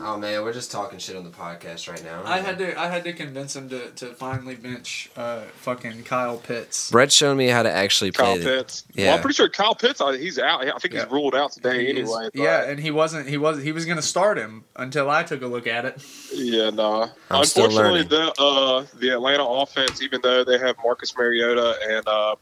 J: oh man, we're just talking shit on the podcast right now.
D: I had to. I had to convince him to, to finally bench uh, fucking Kyle Pitts.
J: Brett showed me how to actually
K: Kyle
J: play. the-
K: Pitts.
J: Yeah.
K: Well, I'm pretty sure Kyle Pitts. I, he's out. I think
D: Yeah.
K: he's ruled out today anyway. but-
D: yeah, and he wasn't. He was. He was gonna start him until I took a look at it.
K: Yeah, nah.
J: I'm still
K: Unfortunately,
J: learning.
K: the uh, the Atlanta offense, even though they have Marcus Mariota and uh,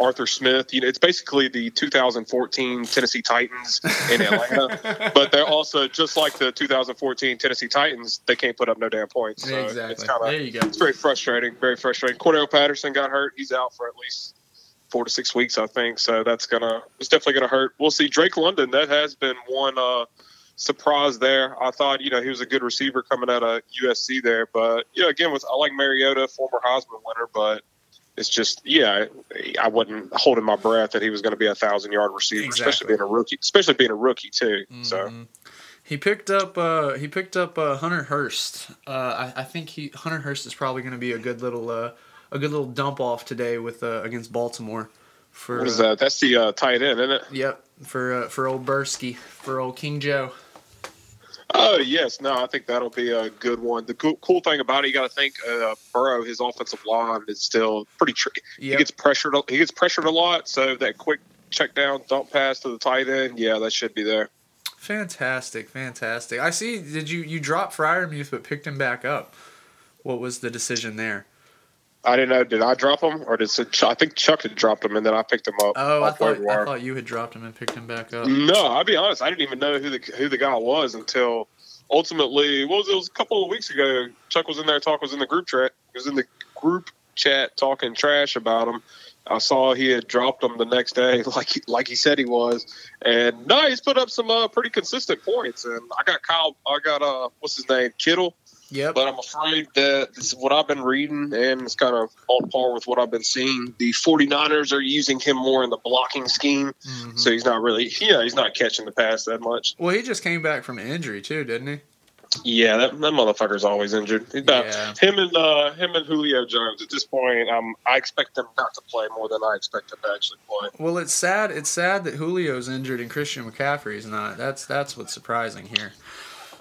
K: Arthur Smith, you know, it's basically the 2014 Tennessee Titans
J: *laughs*
K: in Atlanta. but they're also just like the 2014 Tennessee Titans; they can't put up no damn points. So It's kind
D: there
K: of
D: you go.
K: it's very frustrating. Very frustrating. Cordell Patterson got hurt; he's out for at least four to six weeks, I think. So that's gonna it's definitely gonna hurt. We'll see. Drake London, that has been one uh, surprise there. I thought you know he was a good receiver coming out of USC there, but you know again with I like Mariota, former Heisman winner, but it's just yeah, I wasn't holding my breath that he was going to be a thousand yard receiver, especially
D: Exactly.
K: being a rookie, especially being a rookie too. So
D: He picked up. Uh, he picked up uh, Hunter Hurst. Uh, I, I think he Hunter Hurst is probably going to be a good little uh, a good little dump off today with uh, against Baltimore. For
K: what is
D: uh,
K: that? That's the uh, tight end, isn't it?
D: Yep, for uh, for old Bursky, for old King Joe.
K: Oh yes, no, I think that'll be a good one. The cool, cool thing about it, you got to think uh, Burrow, his offensive line is still pretty tricky. He
D: Yep.
K: gets pressured. a- He gets pressured a lot, so that quick check down, dump pass to the tight end, yeah, that should be there.
D: Fantastic, fantastic. I see. Did you you drop Fryermuth but picked him back up? What was the decision there?
K: I didn't know. Did I drop him, or did Ch- I think Chuck had dropped him, and then I picked him up.
D: Oh, I
K: off waiver
D: thought I
K: wire.
D: thought you had dropped him and picked him back up.
K: No, I'll be honest. I didn't even know who the who the guy was until ultimately. What was it? it was a couple of weeks ago. Chuck was in there. Talk was in the group chat. He was in the group chat talking trash about him. I saw he had dropped him the next day, *laughs* like he, like he said he was. And no, he's put up some uh, pretty consistent points. And I got Kyle. I got uh, what's his name? Kittle.
D: Yep.
K: But I'm afraid that this is what I've been reading, and it's kind of on par with what I've been seeing. The 49ers are using him more in the blocking scheme, so he's not really, *laughs* yeah, he's not catching the pass that much.
D: Mm-hmm. Well, he just came back from injury too, didn't he?
K: Yeah, that, that motherfucker's always injured. He's about,
D: Yeah.
K: Him and uh, him and Julio Jones. At this point, um, I expect them not to play more than I expect them to actually play.
D: Well, it's sad. It's sad that Julio's injured and Christian McCaffrey's not. That's that's what's surprising here.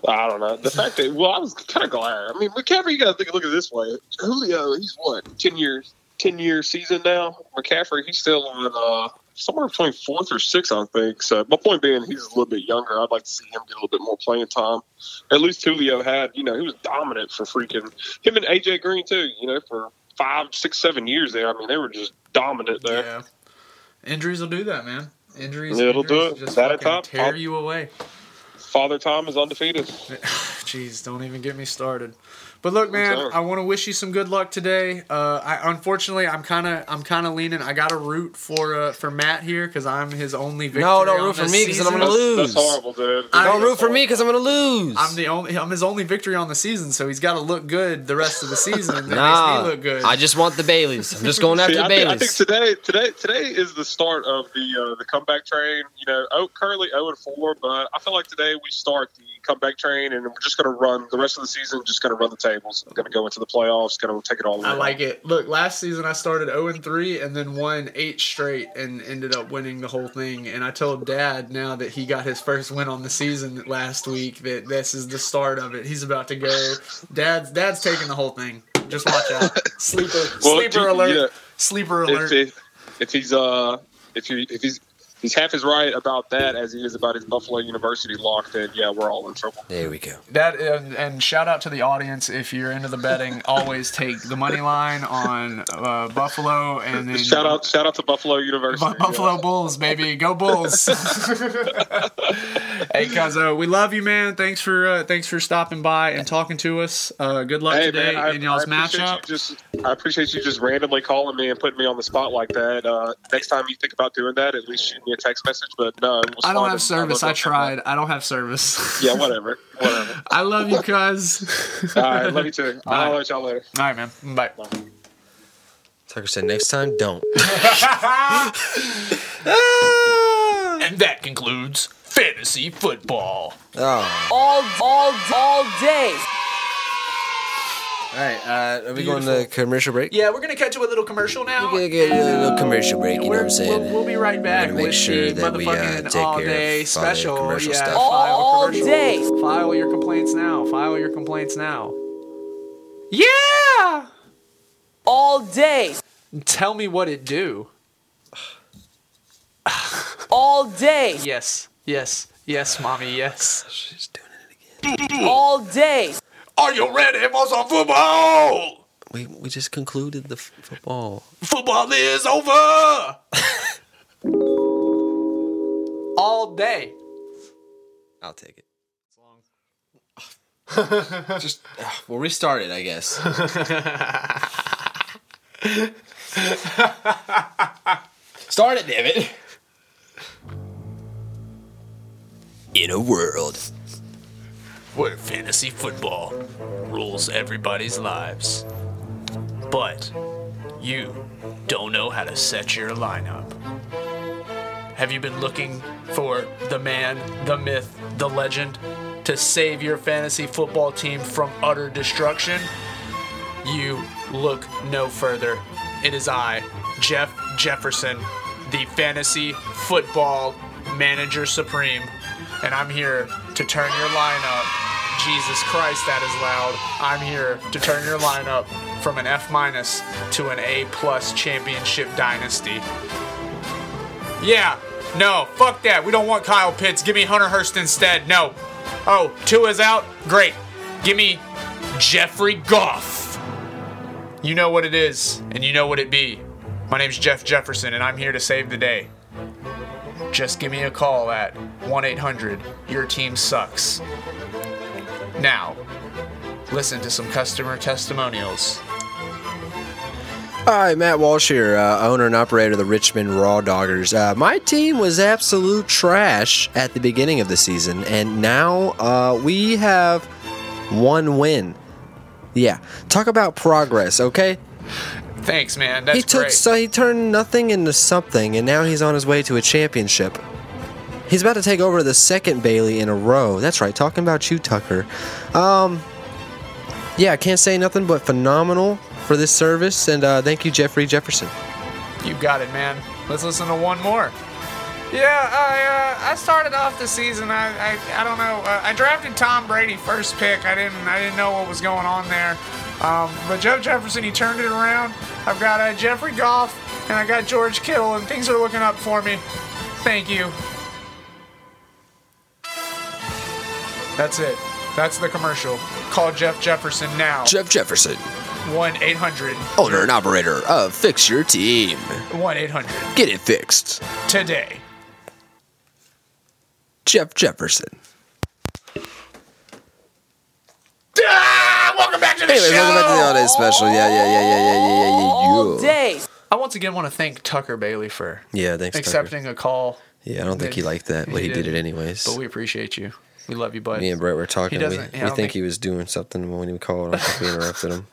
K: I don't know. The fact that well, I was kind of glad. I mean, McCaffrey, you got to think look at it this way. Julio, he's what ten years, ten year season now. McCaffrey, he's still on uh, somewhere between fourth or sixth, I think. So my point being, he's a little bit younger. I'd like to see him get a little bit more playing time. At least Julio had, you know, he was dominant for freaking him and AJ Green too. You know, for five, six, seven years there. I mean, they were just dominant there.
D: Yeah. Injuries will do that, man. Injuries.
K: It'll do
D: injuries
K: it.
D: Just
K: That at
D: fucking
K: top,
D: tear
K: I'll-
D: you away.
K: Father Tom is undefeated.
D: Jeez, don't even get me started. But look, man,
K: sorry.
D: I want to wish you some good luck today. Uh, I unfortunately, I'm kind of, I'm kind of leaning. I got to root for uh, for Matt here because I'm his only victory.
J: No, don't
D: on
J: root for
D: this
J: me 'cause then I'm
D: season.
J: gonna lose.
K: That's horrible, dude.
D: I-
J: Don't root for me because I'm gonna lose.
D: I'm the only, I'm his only victory on the season, so he's got to look good the rest of the season. and That
J: nah,
D: makes me look good.
J: I just want the Baileys. I'm just going after
K: *laughs* See,
J: the
K: I, think, I think
J: Baileys.
K: today, today, today is the start of the uh, the comeback train. You know, oh, currently zero and four, but I feel like today we start the comeback train, and we're just going to run the rest of the season. Just going to run the tables. We're going to go into the playoffs. Going to take it all.
D: I
K: in.
D: like it. Look, last season I started 0 and 3 and then won eight straight and ended up winning the whole thing. And I told dad now that he got his first win on the season last week that this is the start of it. He's about to go. Dad's dad's taking the whole thing. Just watch
K: *laughs*
D: out. Sleeper
K: Well,
D: sleeper
K: you-
D: alert.
K: yeah.
D: Sleeper
K: If,
D: alert.
K: if, if he's uh, if he if he's he's half as right about that as he is about his Buffalo University lock, then yeah, we're all in trouble.
J: There we go.
D: That and, and shout out to the audience if you're into the betting, always take the money line on uh, Buffalo and then
K: Shout out, shout out to Buffalo University.
D: Bu- Buffalo Bulls, baby, go Bulls! *laughs* hey, Kazo, we love you, man. Thanks for uh, thanks for stopping by and talking to us. Uh, good luck
K: Hey
D: today
K: man, I,
D: in y'all's
K: I appreciate
D: matchup.
K: You just, I appreciate you just randomly calling me and putting me on the spot like that. Uh, next time you think about doing that, at least shoot me a text message. But no, it was
D: I
K: fun
D: don't have
K: and
D: service.
K: look
D: I
K: up-
D: tried. I don't have service. *laughs*
K: Yeah, whatever, whatever.
D: I love you, cuz.
K: All right, love you too.
D: Bye.
K: I'll let y'all later.
D: *laughs* All right, man. Bye.
J: Tucker said next time, don't.
A: And that concludes fantasy football.
J: Oh.
B: All, all, all day.
J: All right. Uh, are we going to commercial break?
D: Yeah, we're gonna catch you a little commercial now.
J: We're gonna get a little commercial break. You know what I'm
D: We're-
J: saying?
D: We'll, we'll be right back
J: gonna make
D: with
J: sure
D: the
J: that we, uh,
D: motherfucking
J: take care of
D: all day
J: all the
D: special.
J: commercial
D: yeah,
J: stuff.
D: file
B: All
D: commercials.
B: day.
D: File your complaints now. File your complaints now. Yeah.
B: All day.
D: Tell me what it do.
B: All day.
D: Yes. Yes. Yes, mommy. Yes.
J: She's doing it again.
B: All day.
A: Are you ready for some football?
J: We, we just concluded the f- football.
A: Football is over.
D: All day.
J: I'll *laughs* take it. just uh, we'll restart it, I guess. Start it, damn it. In a world.
A: We're fantasy football rules everybody's lives. But you don't know how to set your lineup. Have you been looking for the man, the myth, the legend to save your fantasy football team from utter destruction? You look no further. It is I, Jeff Jefferson, the fantasy football manager supreme, and I'm here to turn your lineup. Jesus Christ, that is loud. I'm here to turn your lineup from an F minus to an A plus championship dynasty. Yeah, no, fuck that. We don't want Kyle Pitts. Give me Hunter Hurst instead. No. Oh, two is out. Great. Give me Jeffrey Goff. You know what it is, and you know what it be. My name's Jeff Jefferson, and I'm here to save the day. Just give me a call at 1 800 Your Team Sucks. Now, listen to some customer testimonials.
J: Hi, Matt Walsh here, uh, owner and operator of the Richmond Raw Doggers. Uh, my team was absolute trash at the beginning of the season, and now uh, we have one win. Yeah. Talk about progress, okay?
D: Thanks, man. That's
J: he took
D: great.
J: so he turned nothing into something, and now he's on his way to a championship. He's about to take over the second Bailey in a row. That's right. Talking about you, Tucker. Um, yeah, I can't say nothing but phenomenal for this service, and uh, thank you, Jeffrey Jefferson.
D: You got it, man. Let's listen to one more.
L: Yeah, I uh, I started off the season. I I, I don't know. Uh, I drafted Tom Brady first pick. I didn't I didn't know what was going on there. Um, but Joe Jefferson, he turned it around. I've got uh, Jeffrey Goff and I got George Kittle, and things are looking up for me. Thank you. That's it. That's the commercial. Call Jeff Jefferson now.
J: Jeff Jefferson,
L: One eight hundred.
J: owner and operator of Fix Your Team.
L: One eight hundred
J: Get it fixed.
L: today.
J: Jeff Jefferson.
L: Ah, welcome back to the
J: Anyways,
L: show.
J: welcome back to the All Day Special. Yeah, yeah, yeah, yeah, yeah, yeah, yeah, yeah. yeah.
D: I once again want to thank Tucker Bailey for
J: Yeah, thanks, Tucker.
D: accepting a call.
J: Yeah, I don't think he liked that, but he did it anyways.
D: But we appreciate you. We love you, bud.
J: Me and Brett were talking.
D: He
J: We, we
D: doesn't- yeah, I
J: think,
D: don't think-
J: he was doing something when he called. I think we
D: *laughs*
J: interrupted him.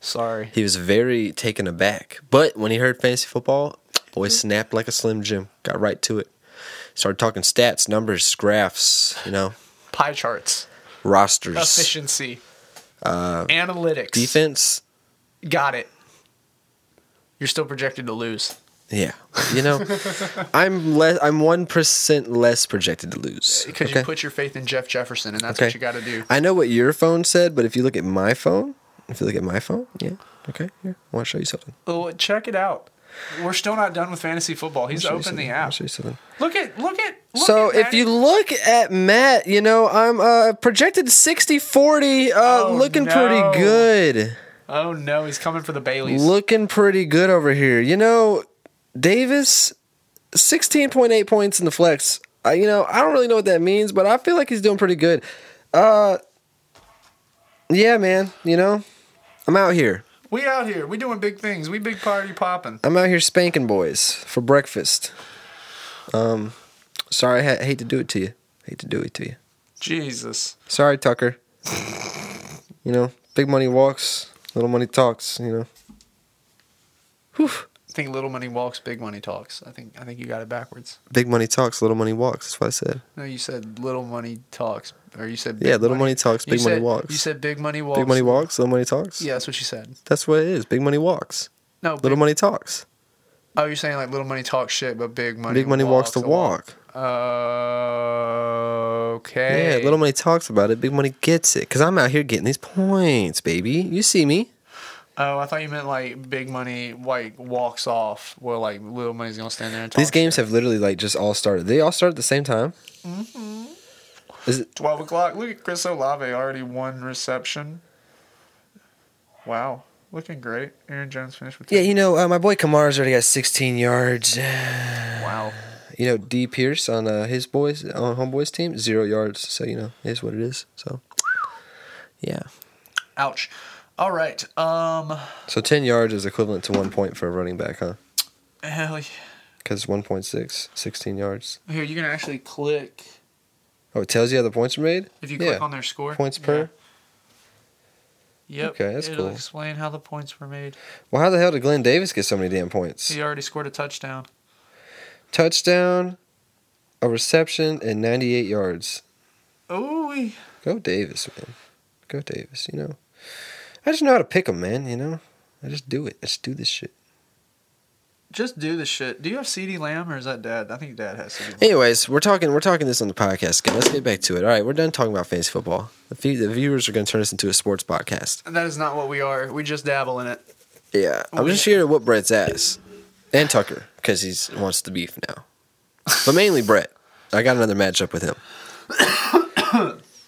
D: Sorry.
J: He was very taken aback. But when he heard fantasy football,
D: Mm-hmm.
J: boy snapped like a Slim Jim. Got right to it. Started talking stats, numbers, graphs, you know,
D: Pie charts,
J: rosters,
D: efficiency,
J: uh,
D: analytics.
J: defense.
D: Got it. You're still projected to lose.
J: Yeah,
D: *laughs*
J: you know, I'm less. I'm one percent less projected to lose.
D: Because you put your faith in Jeff Jefferson, and that's what you got to do.
J: I know what your phone said, but if you look at my phone, if you look at my phone, yeah, okay, here, I want to show you something.
D: Oh, check it out. We're still not done with fantasy football. He's
J: Show you
D: opened
J: something.
D: the
J: I'll
D: app.
J: show you something.
D: Look at look at look
J: so
D: at
J: if you look at Matt, you know, I'm uh, projected 60 40, uh, looking
D: Oh, no.
J: pretty good.
D: Oh no, he's coming for the Baileys.
J: Looking pretty good over here. You know, Davis, 16.8 points in the flex. Uh, you know, I don't really know what that means, but I feel like he's doing pretty good. Uh, yeah, man, you know, I'm out here.
D: We out here. We doing big things. We big party popping.
J: I'm out here spanking boys for breakfast. Um, sorry, I ha- hate to do it to you. Hate to do it to you.
D: Jesus.
J: Sorry, Tucker. you know, big money walks, little money talks. You know,
D: I think little money walks, big money talks. I think I think you got it backwards.
J: big money talks, little money walks. That's what I said.
D: No, you said little money talks, or you said
J: yeah, little money, talks,
D: You
J: big money
D: said-
J: walks.
D: You said big money walks.
J: Big money walks, little money talks.
D: Yeah, that's what you said.
J: That's what it is. Big money walks,
D: No,
J: little
D: big-
J: money talks.
D: Oh, you're saying like little money talks shit, but big money.
J: big money walks, the
D: a
J: walk.
D: Uh, okay.
J: Yeah, little money talks about it. Big money gets it. Cause I'm out here getting these points, baby. You see me?
D: Oh, I thought you meant like big money like walks off. Well, like little money's gonna stand there and talk.
J: These games have literally like just all started. They all start at the same time.
D: hmm
J: Is it?
D: Twelve o'clock. Look at Chris Olave already one reception. Wow, looking great. Aaron Jones finished with.
J: Yeah, you know, uh, my boy Kamara's already got 16 yards. Wow. You know, D Pierce on uh, his boys on homeboys team zero yards. So you know, it is what it is. So yeah,
D: Ouch. All right. Um.
J: so 10 yards is equivalent to one point for a running back, huh?
D: Hell yeah.
J: Because 1.6, 16 yards.
D: Here, you can actually click
J: Oh, it tells you how the points are made.
D: if you click on their score.
J: points per.
D: Yep.
J: Okay, that's
D: It'll
J: cool.
D: explain how the points were made.
J: Well, how the hell did Glenn Davis get so many damn points?
D: He already scored a touchdown.
J: Touchdown, a reception, and 98 yards.
D: Ooh.
J: Go Davis, man. Go Davis. You know, I just know how to pick 'em, man. You know, I just do it. I just do this shit.
D: Just do the shit. Do you have CD Lamb or is that Dad? I think Dad has CD.
J: Anyways, we're talking. We're talking this on the podcast again. Let's get back to it. All right, we're done talking about fantasy football. The, few, the viewers are going to turn this into a sports podcast.
D: That is not what we are. We just dabble in it.
J: Yeah, I'm just here to whoop Brett's ass and Tucker because he wants the beef now, but mainly Brett. I got another matchup with him.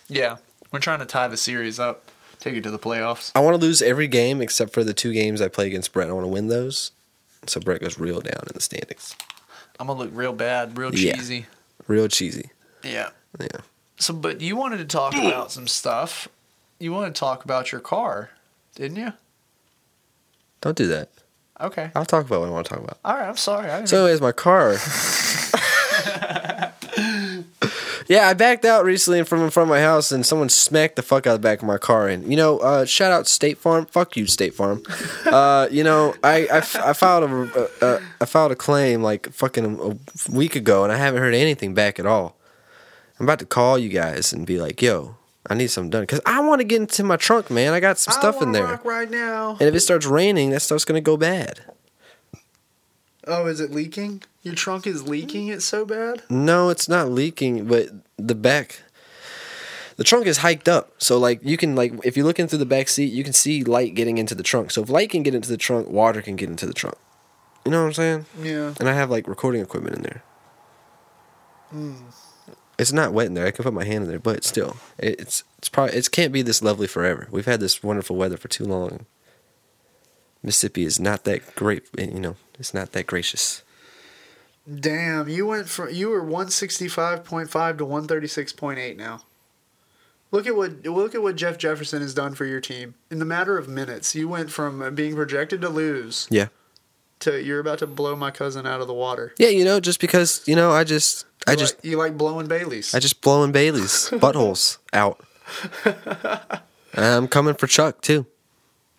D: Yeah. We're trying to tie the series up, take it to the playoffs.
J: I want to lose every game except for the two games I play against Brett. I want to win those, so Brett goes real down in the standings.
D: I'm going to look real bad, real
J: Yeah.
D: cheesy.
J: Real cheesy.
D: Yeah.
J: Yeah.
D: So, but you wanted to talk about some stuff. You wanted to talk about your car, didn't you?
J: Don't do that.
D: Okay.
J: I'll talk about what I want to talk about.
D: All right. I'm sorry. I didn't
J: So, anyways, my car. Yeah, I backed out recently from in front of my house, and someone smacked the fuck out of the back of my car. And you know, uh, shout out State Farm. Fuck you, State Farm. Uh, you know, I, I f- I filed a, a, a I filed a claim like fucking a, a week ago, and I haven't heard anything back at all. I'm about to call you guys and be like, yo, I need something done because I want to get into my trunk, man. I got some stuff in there,
D: right now.
J: and if it starts raining, that stuff's gonna go bad.
D: Oh, is it leaking? Your trunk is leaking. It's so bad.
J: No, it's not leaking, but the back, the trunk is hiked up. So like you can like if you're looking through the back seat, you can see light getting into the trunk. So if light can get into the trunk, water can get into the trunk. You know what I'm saying?
D: Yeah.
J: And I have like recording equipment in there.
D: Mm.
J: It's not wet in there. I can put my hand in there, but still, it, it's it's probably it can't be this lovely forever. We've had this wonderful weather for too long. Mississippi is not that great. You know, it's not that gracious.
D: Damn, you went from you were one sixty five point five to one thirty six point eight now. Look at what look at what Jeff Jefferson has done for your team in the matter of minutes. You went from being projected to lose
J: Yeah.
D: to you're about to blow my cousin out of the water.
J: Yeah, you know, just because you know, I just I
D: You
J: just
D: like, you like blowing Bailey's.
J: I just blowing Bailey's buttholes out. I'm coming for Chuck too.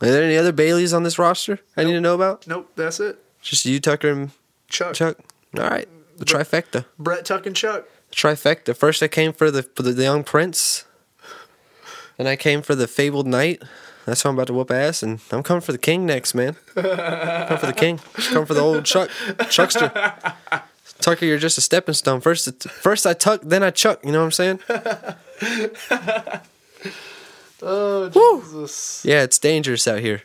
J: Are there any other Baileys on this roster I need to know about?
D: nope, that's it.
J: Just you, Tucker, and
D: Chuck,
J: Chuck. All right, the trifecta.
D: Brett, Tuck, and Chuck.
J: The trifecta. First, I came for the for the young prince, and I came for the fabled knight. That's who I'm about to whoop ass, and I'm coming for the king next, man. Come for the king. Come for the old Chuck, Chuckster. Tucker, you're just a stepping stone. First, it- first I tuck, then I chuck. You know what I'm saying?
D: *laughs* Oh Jesus!
J: Yeah, it's dangerous out here.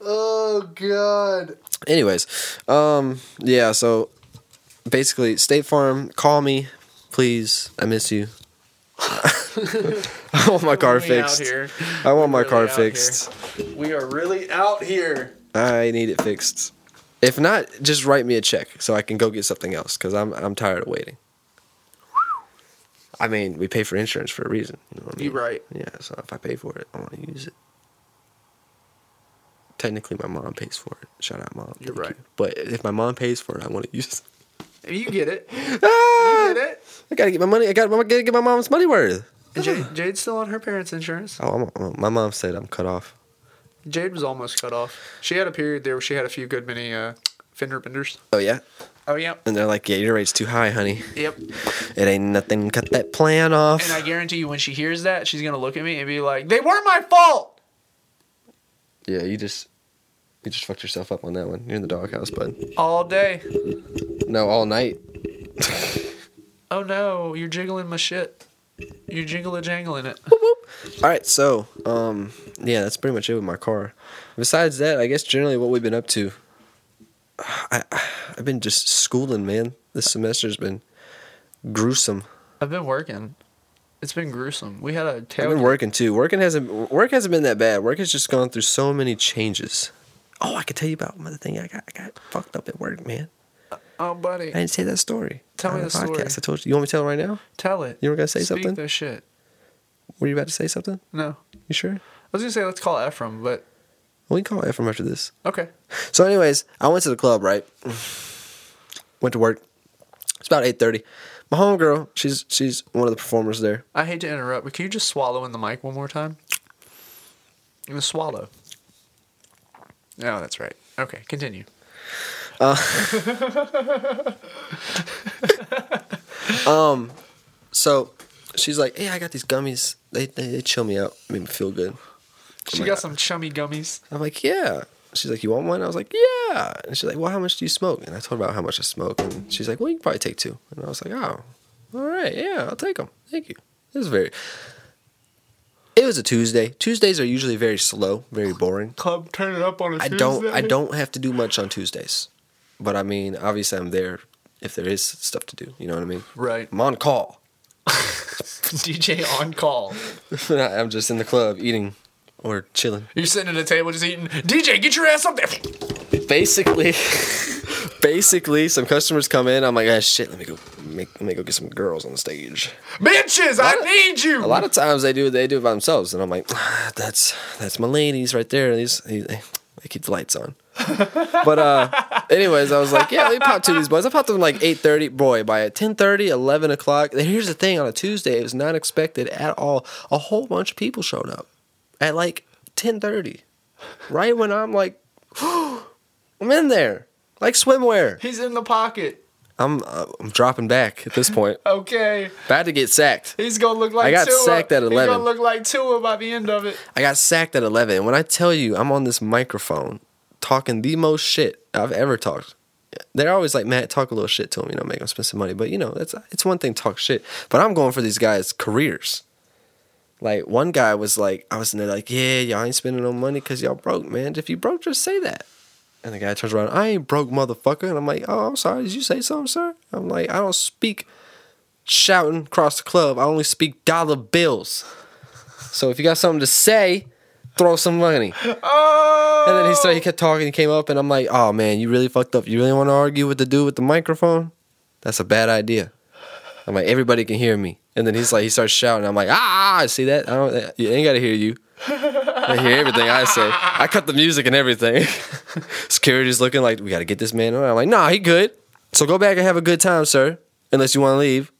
D: Oh God!
J: Anyways, um, yeah. So basically, State Farm, call me, please. I miss you. *laughs* I want my car
D: We out
J: fixed.
D: here.
J: I want my
D: Really
J: car
D: out
J: fixed.
D: here. We are really out here.
J: I need it fixed. If not, just write me a check so I can go get something else because I'm I'm tired of waiting. I mean, we pay for insurance for a reason. You know what I mean?
D: You right?
J: Yeah, so if I pay for it, I want to use it. Technically, my mom pays for it. Shout out, mom.
D: You're
J: Thank
D: right.
J: you. But if my mom pays for it, I want to use it.
D: You get it.
J: Ah!
D: You get it.
J: *laughs* I gotta get my money. I gotta, I gotta get my mom's money worth.
D: And Jade, *sighs* Jade's still on her parents' insurance.
J: Oh, I'm, my mom said I'm cut off.
D: Jade was almost cut off. She had a period there where she had a few good many uh, fender benders.
J: Oh yeah,
D: Oh yeah.
J: and they're like, yeah, your rate's too high, honey.
D: Yep.
J: It ain't nothing. Cut that plan off.
D: And I guarantee you, when she hears that, she's gonna look at me and be like, "They weren't my fault."
J: Yeah, you just you just fucked yourself up on that one. You're in the doghouse, bud.
D: All day.
J: No, all night.
D: Oh no, you're jiggling my shit. You're jingling jangling it.
J: All right, so um, yeah, that's pretty much it with my car. Besides that, I guess generally what we've been up to. I I've been just schooling, man. This semester's been gruesome.
D: I've been working. It's been gruesome. We had a
J: I've been
D: tail.
J: working too. Working hasn't work hasn't been that bad. Work has just gone through so many changes. Oh, I could tell you about another thing. I got I got fucked up at work, man.
D: Oh buddy,
J: I didn't say that story.
D: Tell
J: on
D: me the story.
J: I told you. You want me to tell it right now?
D: tell it.
J: You were gonna say
D: Speak
J: something?
D: the shit.
J: Were you about to say something?
D: No,
J: You sure?
D: I was gonna say let's call Ephraim, but
J: We can call Ephraim after this.
D: okay.
J: So, anyways, I went to the club, right? *sighs* Went to work. It's about eight thirty. My homegirl, she's she's one of the performers there.
D: I hate to interrupt, but can you just swallow in the mic one more time? I'm gonna swallow. No, that's right. Okay, continue.
J: Um, so she's like, "Hey, I got these gummies. They they, they chill me out, make me feel good."
D: She
J: my
D: got
J: God.
D: some chummy gummies.
J: I'm like, "Yeah." She's like, "You want one?" I was like, "Yeah." And she's like, "Well, how much do you smoke?" And I told her about how much I smoke, and she's like, "Well, you can probably take two. And I was like, "Oh, all right, yeah, I'll take them. Thank you." This is very. It was a Tuesday. Tuesdays are usually very slow, very boring.
D: Club, turn it up on a
J: I don't I don't have to do much on Tuesdays. But I mean, obviously I'm there if there is stuff to do, you know what I mean?
D: Right.
J: I'm on call. *laughs*
D: DJ on call.
J: I'm just in the club eating or chilling.
D: *laughs* You're sitting at a table just eating. DJ, get your ass up there.
J: Basically *laughs* basically some customers come in, I'm like, "Ah shit, let me go make let me go get some girls on the stage."
D: Bitches, I need you.
J: A lot of times they do they do it
D: *laughs*
J: by themselves and I'm like, "Ah, "That's that's my ladies right there. These they, they keep the lights on." But uh, anyways, I was like, yeah, let me pop two of these boys. I popped them like eight thirty. Boy, by ten thirty, eleven o'clock. And here's the thing: on a Tuesday, it was not expected at all. A whole bunch of people showed up at like ten thirty, right when I'm like, I'm in there, like swimwear.
D: He's in the pocket.
J: I'm uh, I'm dropping back at this point.
D: *laughs* Okay.
J: About to get sacked.
D: He's gonna look like
J: I got
D: Tua.
J: sacked at
D: He's
J: 11.
D: gonna look like Tua by the end of it.
J: I got sacked at 11. And when I tell you I'm on this microphone talking the most shit I've ever talked, they're always like, Matt, talk a little shit to him, you know, make him spend some money. But, you know, that's it's one thing to talk shit. But I'm going for these guys' careers. Like, one guy was like, I was in there like, yeah, y'all ain't spending no money because y'all broke, man. If you broke, just say that. And the guy turns around, I ain't broke, motherfucker. And I'm like, oh, I'm sorry. Did you say something, sir? I'm like, I don't speak shouting across the club. I only speak dollar bills. So if you got something to say, throw some money. And then he started, he kept talking, he came up, and I'm like, oh man, you really fucked up. You really want to argue with the dude with the microphone? That's a bad idea. I'm like, everybody can hear me. And then he's like, he starts shouting. I'm like, ah, see that? I don't, you ain't got to hear you. They hear everything I say. I cut the music and everything. *laughs* Security's looking like, we got to get this man on. I'm like, nah, he good. So go back and have a good time, sir, unless you want to leave.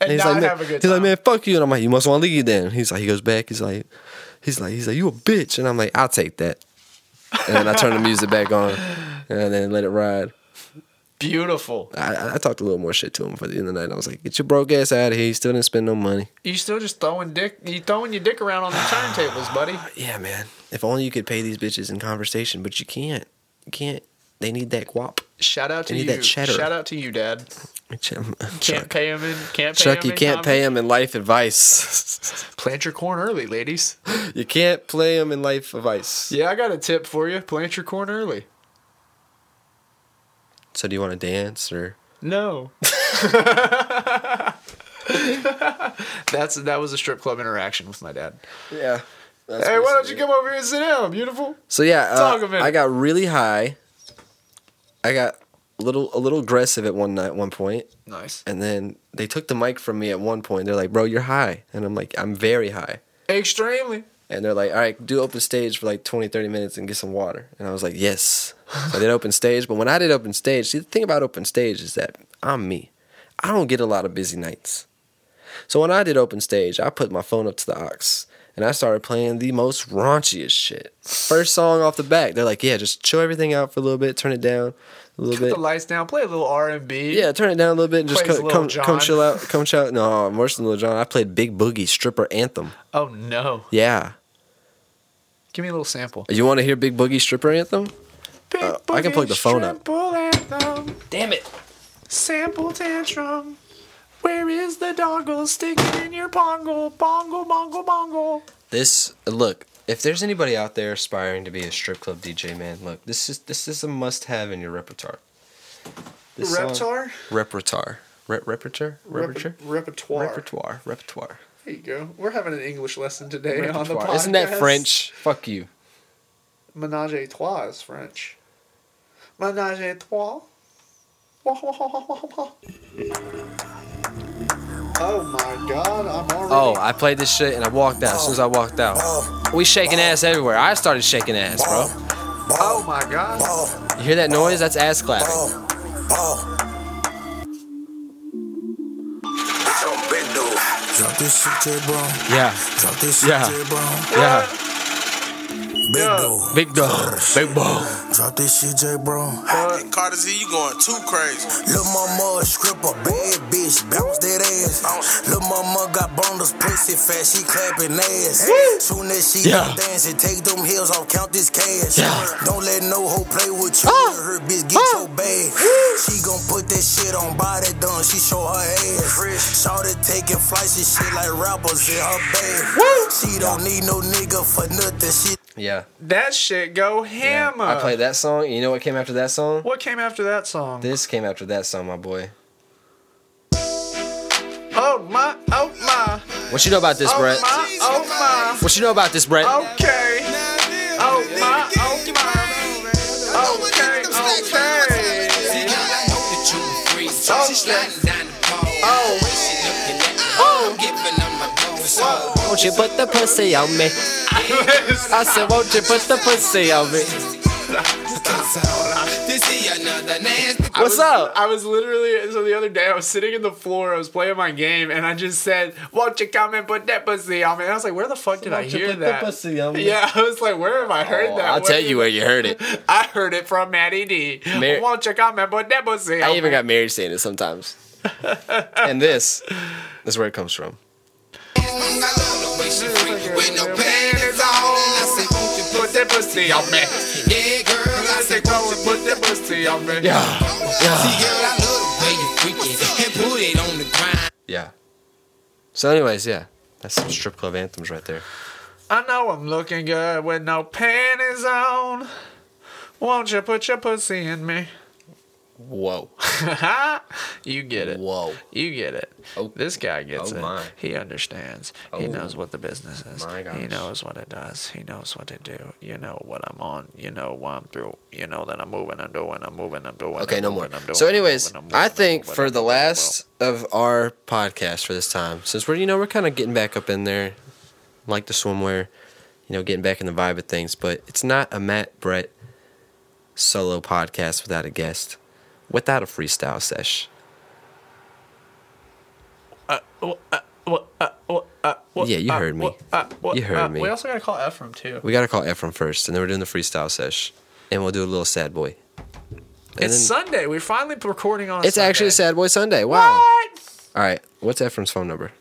D: And
J: he's
D: not
J: like, "Man-"
D: have a good
J: he's like, man, fuck you. And I'm like, you must want to leave then. He's like, he goes back. He's like, he's like, he's like, you a bitch. And I'm like, I'll take that. And then I turn the music back on and then let it ride.
D: Beautiful.
J: I- I, I talked a little more shit to him for the end of the night. I was like, get your broke ass out of here. You still didn't spend no money.
D: You still just throwing dick? You throwing your dick around on the
J: *sighs*
D: turntables, buddy?
J: Yeah, man. If only you could pay these bitches in conversation, but you can't. You can't. They need that guap. *laughs*
D: Shout out to
J: They
D: you.
J: need that cheddar.
D: Shout out to you, Dad. Can't pay him in. Can't pay
J: Chuck,
D: him
J: you
D: in
J: can't
D: comedy.
J: pay him in life advice. *laughs*
D: Plant your corn early, ladies.
J: you can't play him in life advice.
D: Yeah, I got a tip for you. Plant your corn early.
J: So do you want to dance or?
D: No. *laughs* That's that was a strip club interaction with my dad.
J: Yeah.
D: hey, why don't you come over here and sit down, beautiful?
J: So yeah, uh,
D: Talk of it.
J: I got really high. I got a little a little aggressive at one night, one point,
D: Nice.
J: and then they took the mic from me at one point. They're like, "Bro, you're high," and I'm like, "I'm very high."
D: Extremely.
J: And they're like, all right, do open stage for like 20, 30 minutes and get some water. And I was like, yes. So I did open stage. But when I did open stage, see, the thing about open stage is that I'm me. I don't get a lot of busy nights. So when I did open stage, I put my phone up to the ox and I started playing the most raunchiest shit. First song off the back, they're like, yeah, just chill everything out for a little bit, turn it down a little
D: Put
J: bit.
D: the lights down. Play a little R and B.
J: Yeah, turn it down a little bit and just
D: Plays
J: come,
D: Lil
J: come,
D: Jon.
J: come chill out. Come chill out. No, I'm worse than Lil John. I played Big Boogie Stripper Anthem.
D: Oh no.
J: Yeah.
D: Give me a little sample.
J: You want to hear Big Boogie Stripper Anthem?
D: Big
J: Uh, I can plug the
D: boogie
J: phone up.
D: trample anthem,
J: Damn it.
D: Sample tantrum. Where is the dongle sticking in your pongle? Bongle, bongle, bongle.
J: This look, if there's anybody out there aspiring to be a strip club DJ, man, look, this is this is a must have in your repertoire. song-
D: Reptar?
J: Repertoire. Re- repertoire? Repertoire?
D: repertoire.
J: Repertoire. Repertoire.
D: There you go. We're having an English lesson today on the
J: Repertoire.
D: podcast.
J: Isn't that French? Fuck you.
D: Menage a trois is French. Menage a trois. Wah, wah, wah, wah, wah, wah. Oh my god, I'm already.
J: Oh, I played this shit and I walked out. As soon as I walked out, we shaking ass everywhere. I started shaking ass, bro.
D: Oh my god.
J: You hear that noise? That's ass clapping.
M: Drop this shit to the bone.
J: Yeah.
M: Drop this shit
J: Yeah.
M: to the bone.
J: Yeah.
M: Big dog.
J: Big dog. Big ball.
M: Drop this shit, J bro. Carter Z, you going too crazy. Lil mama a stripper, bad bitch, bounce that ass. Lil mama got bonus pussy fat, she clapping ass. Soon as she
J: Yeah.
M: yeah. dancing, take them heels off, count this cash. Don't let no hoe play with you. Her bitch get your bag. She gon' put that shit on body done. She show her ass. Shorty taking flights and shit like rappers in her bag. She don't need no nigga for nothing. She
J: Yeah.
D: That shit go
J: Yeah.
D: hammer.
J: I played that song. and You know what came after that song?
D: What came after that song?
J: This came after that song, my boy.
D: Oh my, oh my,
J: What you know about this,
D: oh
J: Brett?
D: my, oh my.
J: What you know about this, Brett?
D: Okay. Oh my, oh my. Okay, okay.
J: Won't you put the
D: *laughs*
J: pussy on me? I said, won't you put the pussy on me?
N: so long to see another nasty.
D: I was- I was literally so the other day I was sitting in the floor, I was playing my game, and I just said, "Won't you come and put that pussy on me?" And I was like, "Where the fuck did I
J: won't you
D: hear
J: put the
D: that?"
J: pussy on me? Oh,
D: Yeah, *laughs* I was like, "Where have I heard that?" Where
J: I'll tell
D: did-
J: you where you heard it.
D: I heard it from Maddie D.
J: Mar-
D: Won't you come and put that pussy on
J: I even
D: me?
J: got married saying
D: *laughs*
J: it sometimes. and this is where it comes from.
N: With no panties on. I say, won't you put that pussy on me? Yeah, girl. I say, won't you put that pussy on me?
J: Yeah.
N: See, girl, I love the way you freaking and put it on the grind.
J: Yeah. So, anyways, yeah, that's some strip club anthems right there.
L: I know I'm looking good with no panties on. Won't you put your pussy in me?
J: Whoa.
D: *laughs* you get it.
J: Whoa.
D: You get it. this guy gets
L: oh
D: it.
L: my.
D: He understands. He
L: Oh,
D: knows what the business is.
L: my
D: He
L: gosh.
D: knows what it does. He knows what to do. You know what I'm on. You know what I'm through. You know that I'm moving. I'm doing. I'm moving. I'm doing.
J: Okay,
D: I'm
J: no more.
D: moving, I'm doing,
J: So,
D: I'm
J: anyways,
D: moving, I'm
J: I think for the last of our podcast for this time, since we're you know we're kind of getting back up in there, like the swimwear, you know, getting back in the vibe of things. But it's not a Matt Brett solo podcast without a guest, without a freestyle sesh. yeah,
D: uh,
J: you heard me. you heard me.
D: We also gotta call Ephraim too.
J: We gotta call Ephraim first, and then we're doing the freestyle sesh, and we'll do a little sad boy. And
D: it's
J: then-
D: Sunday. We're finally recording on. A
J: it's actually a sad boy Sunday. Wow. All right, what's Ephraim's phone number?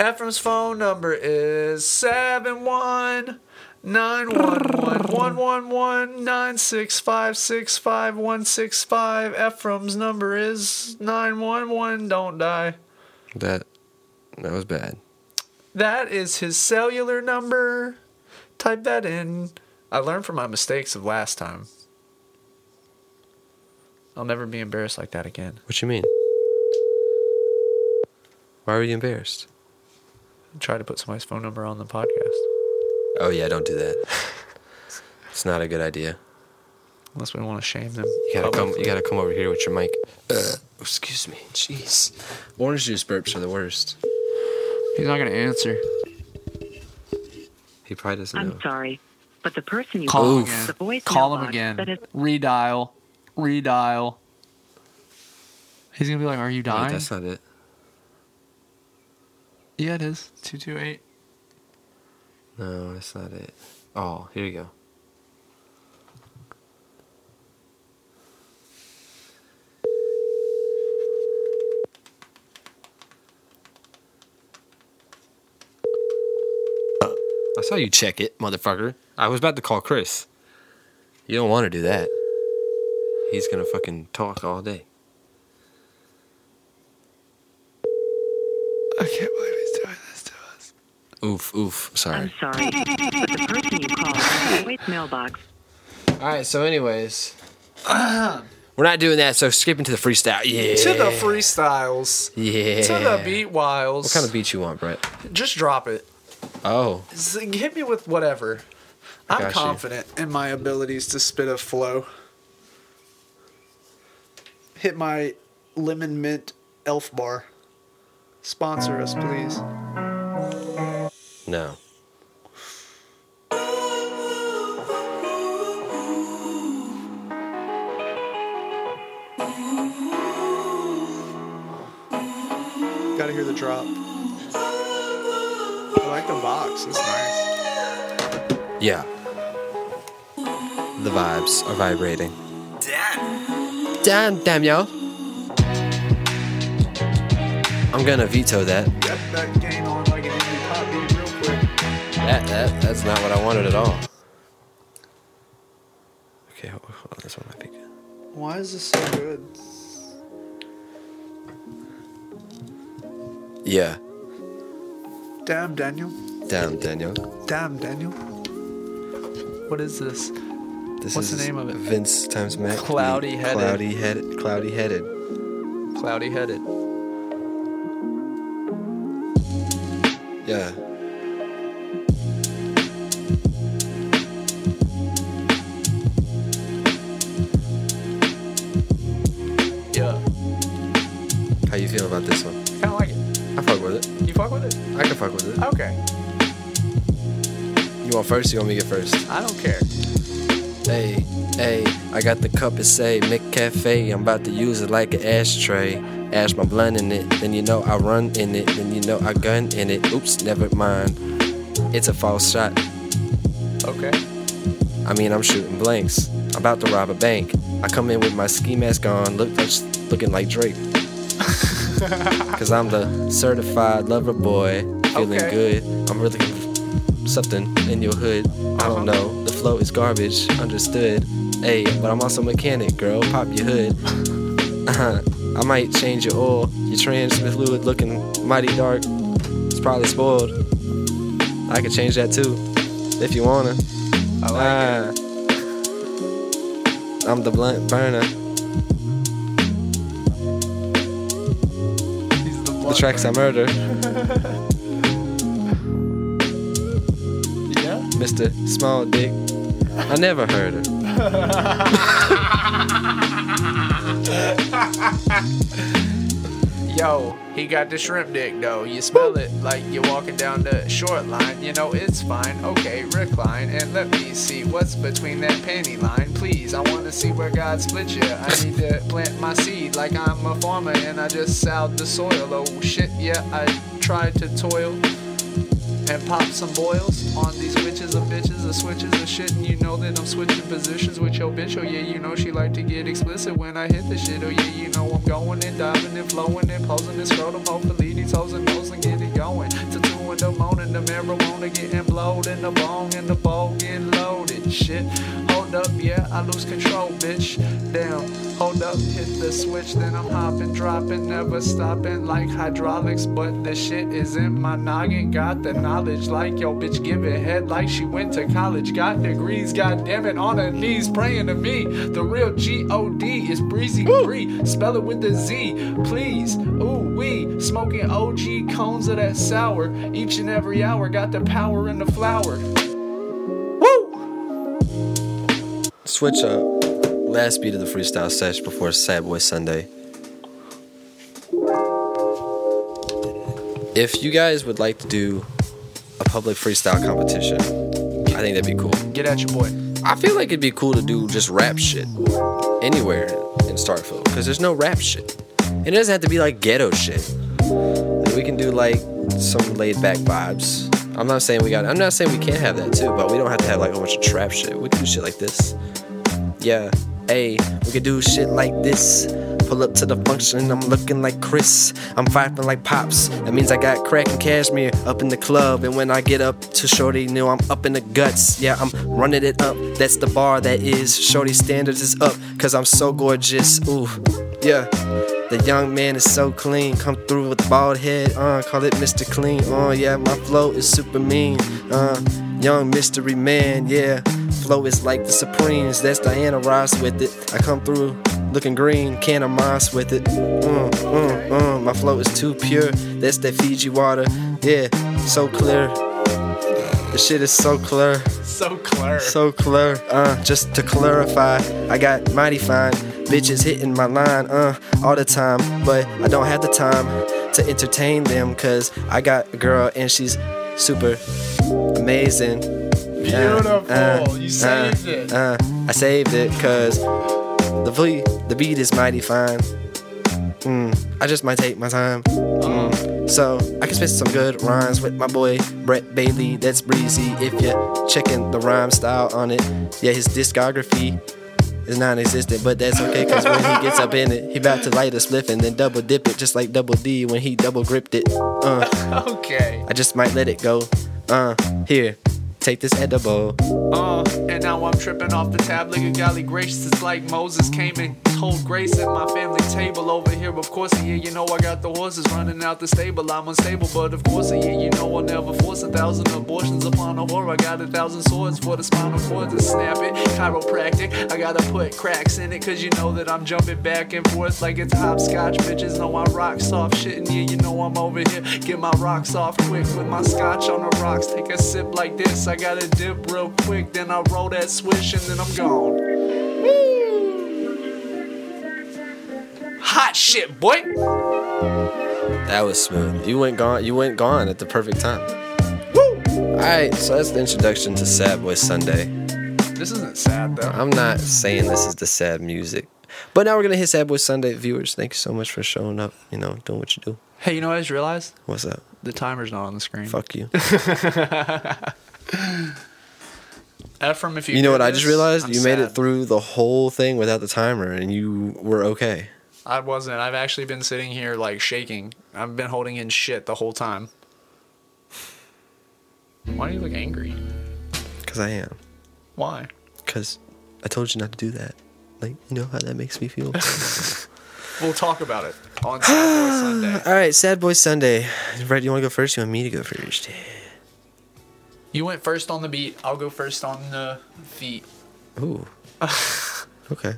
D: Ephraim's phone number is seven one nine one one one one one nine six five six five one six five. Ephraim's number is 911. Don't die.
J: That that was bad.
D: That is his cellular number. Type that in. I learned from my mistakes of last time. I'll never be embarrassed like that again.
J: What you mean? Why were you embarrassed?
D: Try to put somebody's phone number on the podcast.
J: Oh yeah, don't do that. *laughs* it's not a good idea.
D: Unless we want to shame them.
J: You gotta come. You gotta come over here with your mic. Uh, excuse me. Jeez. Orange juice burps are the worst.
D: He's not gonna answer.
J: He probably doesn't know.
O: sorry, but the person you
D: Call
O: called
D: him
O: the
D: again.
O: voicemail
D: Call him
O: box
D: again.
O: that is-
D: Redial. Redial. He's gonna be like, "Are you dying?"
J: Wait, that's not it.
D: yeah, it is. Two two eight.
J: No, that's not it. Oh, here you go. I saw you check it, motherfucker. I was about to call Chris. You don't want to do that. He's gonna fucking talk all day.
D: I can't believe he's doing this to
L: us.
J: Oof, oof. Sorry.
O: Sorry, but the person you called the voicemail box
J: All right. So, anyways, we're not doing that. So, skipping to the freestyle. Yeah.
D: To the freestyles.
J: Yeah.
D: To the beat wiles.
J: What kind of beat you want, Brett?
D: Just drop it.
J: Oh.
D: Z- Hit me with whatever.
J: I
D: I'm
J: got you.
D: confident in my abilities to spit a flow. Hit my lemon mint elf bar. Sponsor us, please.
J: No.
D: Gotta hear the drop. I like the box. It's nice.
J: Yeah. The vibes are vibrating. Damn. Damn, damn, yo. I'm gonna veto that.
D: Got that game on like an indie pop beat real quick.
J: That, that that's not what I wanted at all. Okay, hold hold on, this one might be good.
D: Why is this so good?
J: Yeah.
D: Damn, Daniel.
J: Damn, Daniel.
D: Damn, Daniel. What is this?
J: This
D: What's
J: is
D: the name of it?
J: Vince times Matt.
D: Cloudy headed.
J: Cloudy headed. Cloudy headed.
D: Cloudy headed.
J: Yeah.
D: Yeah.
J: How you feel about this one?
D: I kinda like it.
J: I fuck with it.
D: You fuck with it?
J: I can fuck with it.
D: Okay.
J: You want first? You want me to get first?
D: I don't care.
J: Hey. Hey, I got the cup it say Mick Cafe. I'm about to use it like an ashtray. Ash my blunt in it, then you know I run in it, then you know I gun in it. Oops, never mind. It's a false shot.
D: Okay.
J: I mean, I'm shooting blanks. I'm about to rob a bank. I come in with my ski mask on, look, looking like Drake. Cause I'm the certified lover boy, feeling
D: Okay.
J: good. I'm really something in your hood. I don't know. The flow is garbage, understood. Hey, but I'm also mechanic, girl. Pop your hood. *laughs* Uh-huh. I might change your oil. Your trans fluid looking mighty dark. It's probably spoiled. I could change that too, if you wanna. I like it. I'm the blunt burner. the tracks I *laughs* murder.
D: Yeah.
J: Mr. Small Dick. I never heard her.
D: Yo, he got the shrimp dick though. You smell it like you're walking down the short line. You know it's fine. Okay, recline and let me see what's between that panty line. Please, I wanna see where God split you. I need to plant my seed like I'm a farmer and I just sowed the soil. Oh shit, yeah, I tried to toil and pop some boils on these witches of bitches of switches of shit and you know that I'm switching positions with your bitch oh yeah you know she like to get explicit when I hit the shit oh yeah you know I'm going and diving and flowing and posing and scrotum hopefully these hoes and hoes and get it going to two in the morning the marijuana getting blowed and the bong and the bowl getting loaded shit hold up yeah I lose control bitch damn hold up hit the switch then I'm hopping dropping never stopping like hydraulics but the shit is in my noggin got the knowledge like yo bitch give it head like she went to college got degrees god damn it on her knees praying to me the real G-O-D is breezy bree spell it with the Z please ooh we smoking OG cones of that sour each and every hour got the power in the flower
J: Switch up. Last beat of the freestyle sesh before Sad Boy Sunday. If you guys would like to do a public freestyle competition, I think that'd be cool.
D: get at your boy
J: I feel like it'd be cool to do just rap shit anywhere in Starfield because there's no rap shit. And it doesn't have to be like ghetto shit. Like, we can do like some laid back vibes. I'm not saying we got. I'm not saying we can't have that too, but we don't have to have like a bunch of trap shit. We can do shit like this. Yeah. Hey, we could do shit like this. Pull up to the function, I'm looking like Chris. I'm vibing like Pops. That means I got crack and cashmere up in the club. And when I get up to Shorty, knew I'm up in the guts. Yeah, I'm running it up. That's the bar that is. Shorty standards is up, cause I'm so gorgeous. Ooh, yeah. The young man is so clean. Come through with bald head, uh, call it Mr. Clean. Oh, yeah, my flow is super mean. Uh, young mystery man, yeah. Flow is like the Supremes, that's Diana Ross with it. I come through looking green, can of moss with it. Mm, mm, mm. My flow is too pure, that's that Fiji water. Yeah, so clear. The shit is so clear.
D: so clear
J: So clear, uh, just to clarify, I got mighty fine bitches hitting my line, uh, all the time, but I don't have the time to entertain them, cause I got a girl and she's super amazing.
N: Beautiful. You saved
J: uh,
N: it.
J: Uh, I saved it, cause the V, the beat is mighty fine. Mm, I just might take my time. Mm. So I can spit some good rhymes with my boy Brett Bailey. That's breezy if you're checking the rhyme style on it. Yeah, his discography is non-existent, but that's okay because when he gets up in it, he about to light a spliff and then double dip it, just like Double D when he double gripped it. Uh,
D: okay
J: I just might let it go. Uh, here, take this edible.
D: Uh, and now I'm tripping off the tab, like a golly gracious. It's like Moses came and told grace at my family table over here. Of course, yeah, you know I got the horses running out the stable. I'm unstable, but of course, yeah, you know I'll never force a thousand abortions upon a whore. I got a thousand swords for the spinal cord to snap it. Chiropractic, I gotta put cracks in it, cause you know that I'm jumping back and forth like it's hopscotch. Bitches know I rock soft shit, and yeah, you know I'm over here. Get my rocks off quick with my scotch on the rocks. Take a sip like this, I gotta dip real quick. Then I roll that swish, and then I'm gone. Hot shit, boy.
J: That was smooth. You went gone. You went gone at the perfect time. All right, so that's the introduction to Sad Boy Sunday.
D: This isn't sad though.
J: I'm not saying this is the sad music. But now we're gonna hit Sad Boy Sunday viewers. Thank you so much for showing up, you know, doing what you do.
D: Hey, you know what I just realized?
J: What's up?
D: The timer's not on the screen. *laughs*
J: Fuck you.
D: Ephraim, if you
J: You know
D: hear
J: what I
D: this,
J: just realized?
D: I'm
J: you made it
D: sad.
J: through the whole thing without the timer and you were okay.
D: I wasn't. I've actually been sitting here like shaking. I've been holding in shit the whole time. Why do you look angry?
J: Cause I am.
D: Why?
J: Cause I told you not to do that. Like, you know how that makes
D: *laughs*
J: me feel.
D: We'll talk about it on Sad Boy
J: *laughs*
D: Sunday.
J: All right, Sad Boy Sunday. Brett, you want to go first? You want me to go first?
D: You went first on the beat. I'll go first on the feet.
J: Ooh. *laughs* okay.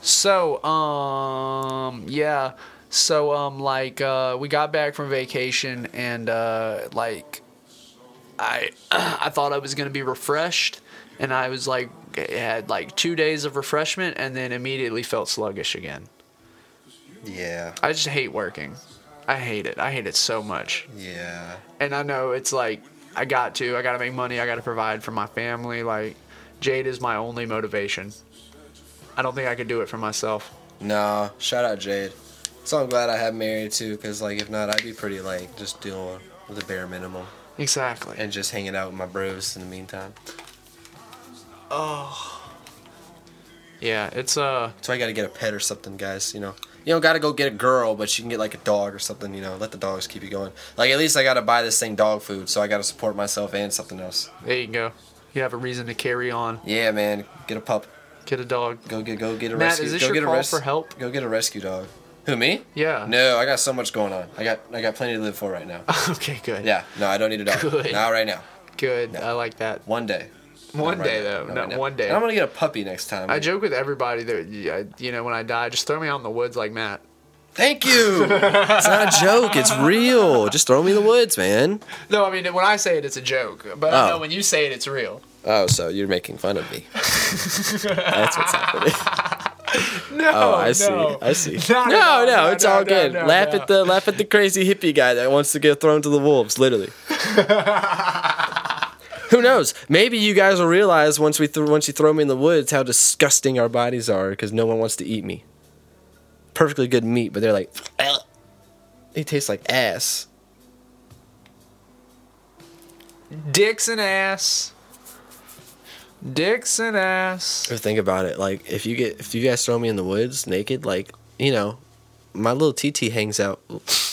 D: So, um, yeah. So, um, like, uh, we got back from vacation and, uh, like, I, *clears throat* I thought I was going to be refreshed and I was like, had like two days of refreshment and then immediately felt sluggish again.
J: Yeah.
D: I just hate working. I hate it. I hate it so much.
J: Yeah.
D: And I know it's like, I got to, I got to make money. I got to provide for my family. Like, Jade is my only motivation. I don't think I could do it for myself.
J: No, shout out Jade. So I'm glad I have married too, because like if not, I'd be pretty like just dealing with the bare minimum
D: Exactly.
J: and just hanging out with my bros in the meantime.
D: Oh. Yeah, it's uh.
J: So I gotta get a pet or something, guys. You know, you don't gotta go get a girl, but you can get like a dog or something. You know, let the dogs keep you going. Like at least I gotta buy this thing dog food, so I gotta support myself and something else.
D: There you go. You have a reason to carry on.
J: Yeah, man, get a pup.
D: Get a dog.
J: Go get go get a
D: Matt,
J: rescue.
D: is this
J: go
D: your
J: get
D: call
J: a res-
D: for help?
J: Go get a rescue dog. Who me?
D: Yeah.
J: No, I got so much going on. I got I got plenty to live for right now.
D: *laughs* okay, good.
J: Yeah, no, I don't need a dog.
D: Ah. Good.
J: Not right now.
D: Good. I like that.
J: One day.
D: One
J: Not right
D: day
J: now.
D: though.
J: Not
D: No,
J: right now.
D: one day.
J: And I'm gonna get a puppy next time.
D: I joke with everybody that yeah, you know when I die, just throw me out in the woods like Matt.
J: Thank you. it's not a joke. It's real. Just throw me in the woods, man.
D: No, I mean when I say it, it's a joke, but I
J: Oh.
D: know when you say it, it's real. *laughs*
J: Oh, so you're making fun of me? That's what's happening.
D: No,
J: oh, I
D: no.
J: see. I
D: *laughs*
J: see.
D: No,
J: No,
D: no,
J: no,
D: no,
J: it's
D: no,
J: all
D: no,
J: good.
D: no,
J: laugh
D: no.
J: at the laugh at the crazy hippie guy that wants to get thrown to the
D: *laughs*
J: wolves, literally. Who knows? Maybe you guys will realize once we th- once you throw me in the woods how disgusting our bodies are because no one wants to eat me. Perfectly good meat, but they're like, "Ugh." it tastes like ass.
D: Dicks and ass. Dicks and ass.
J: Or think about it, like if you get if you guys throw me in the woods naked, like you know, my little TT hangs out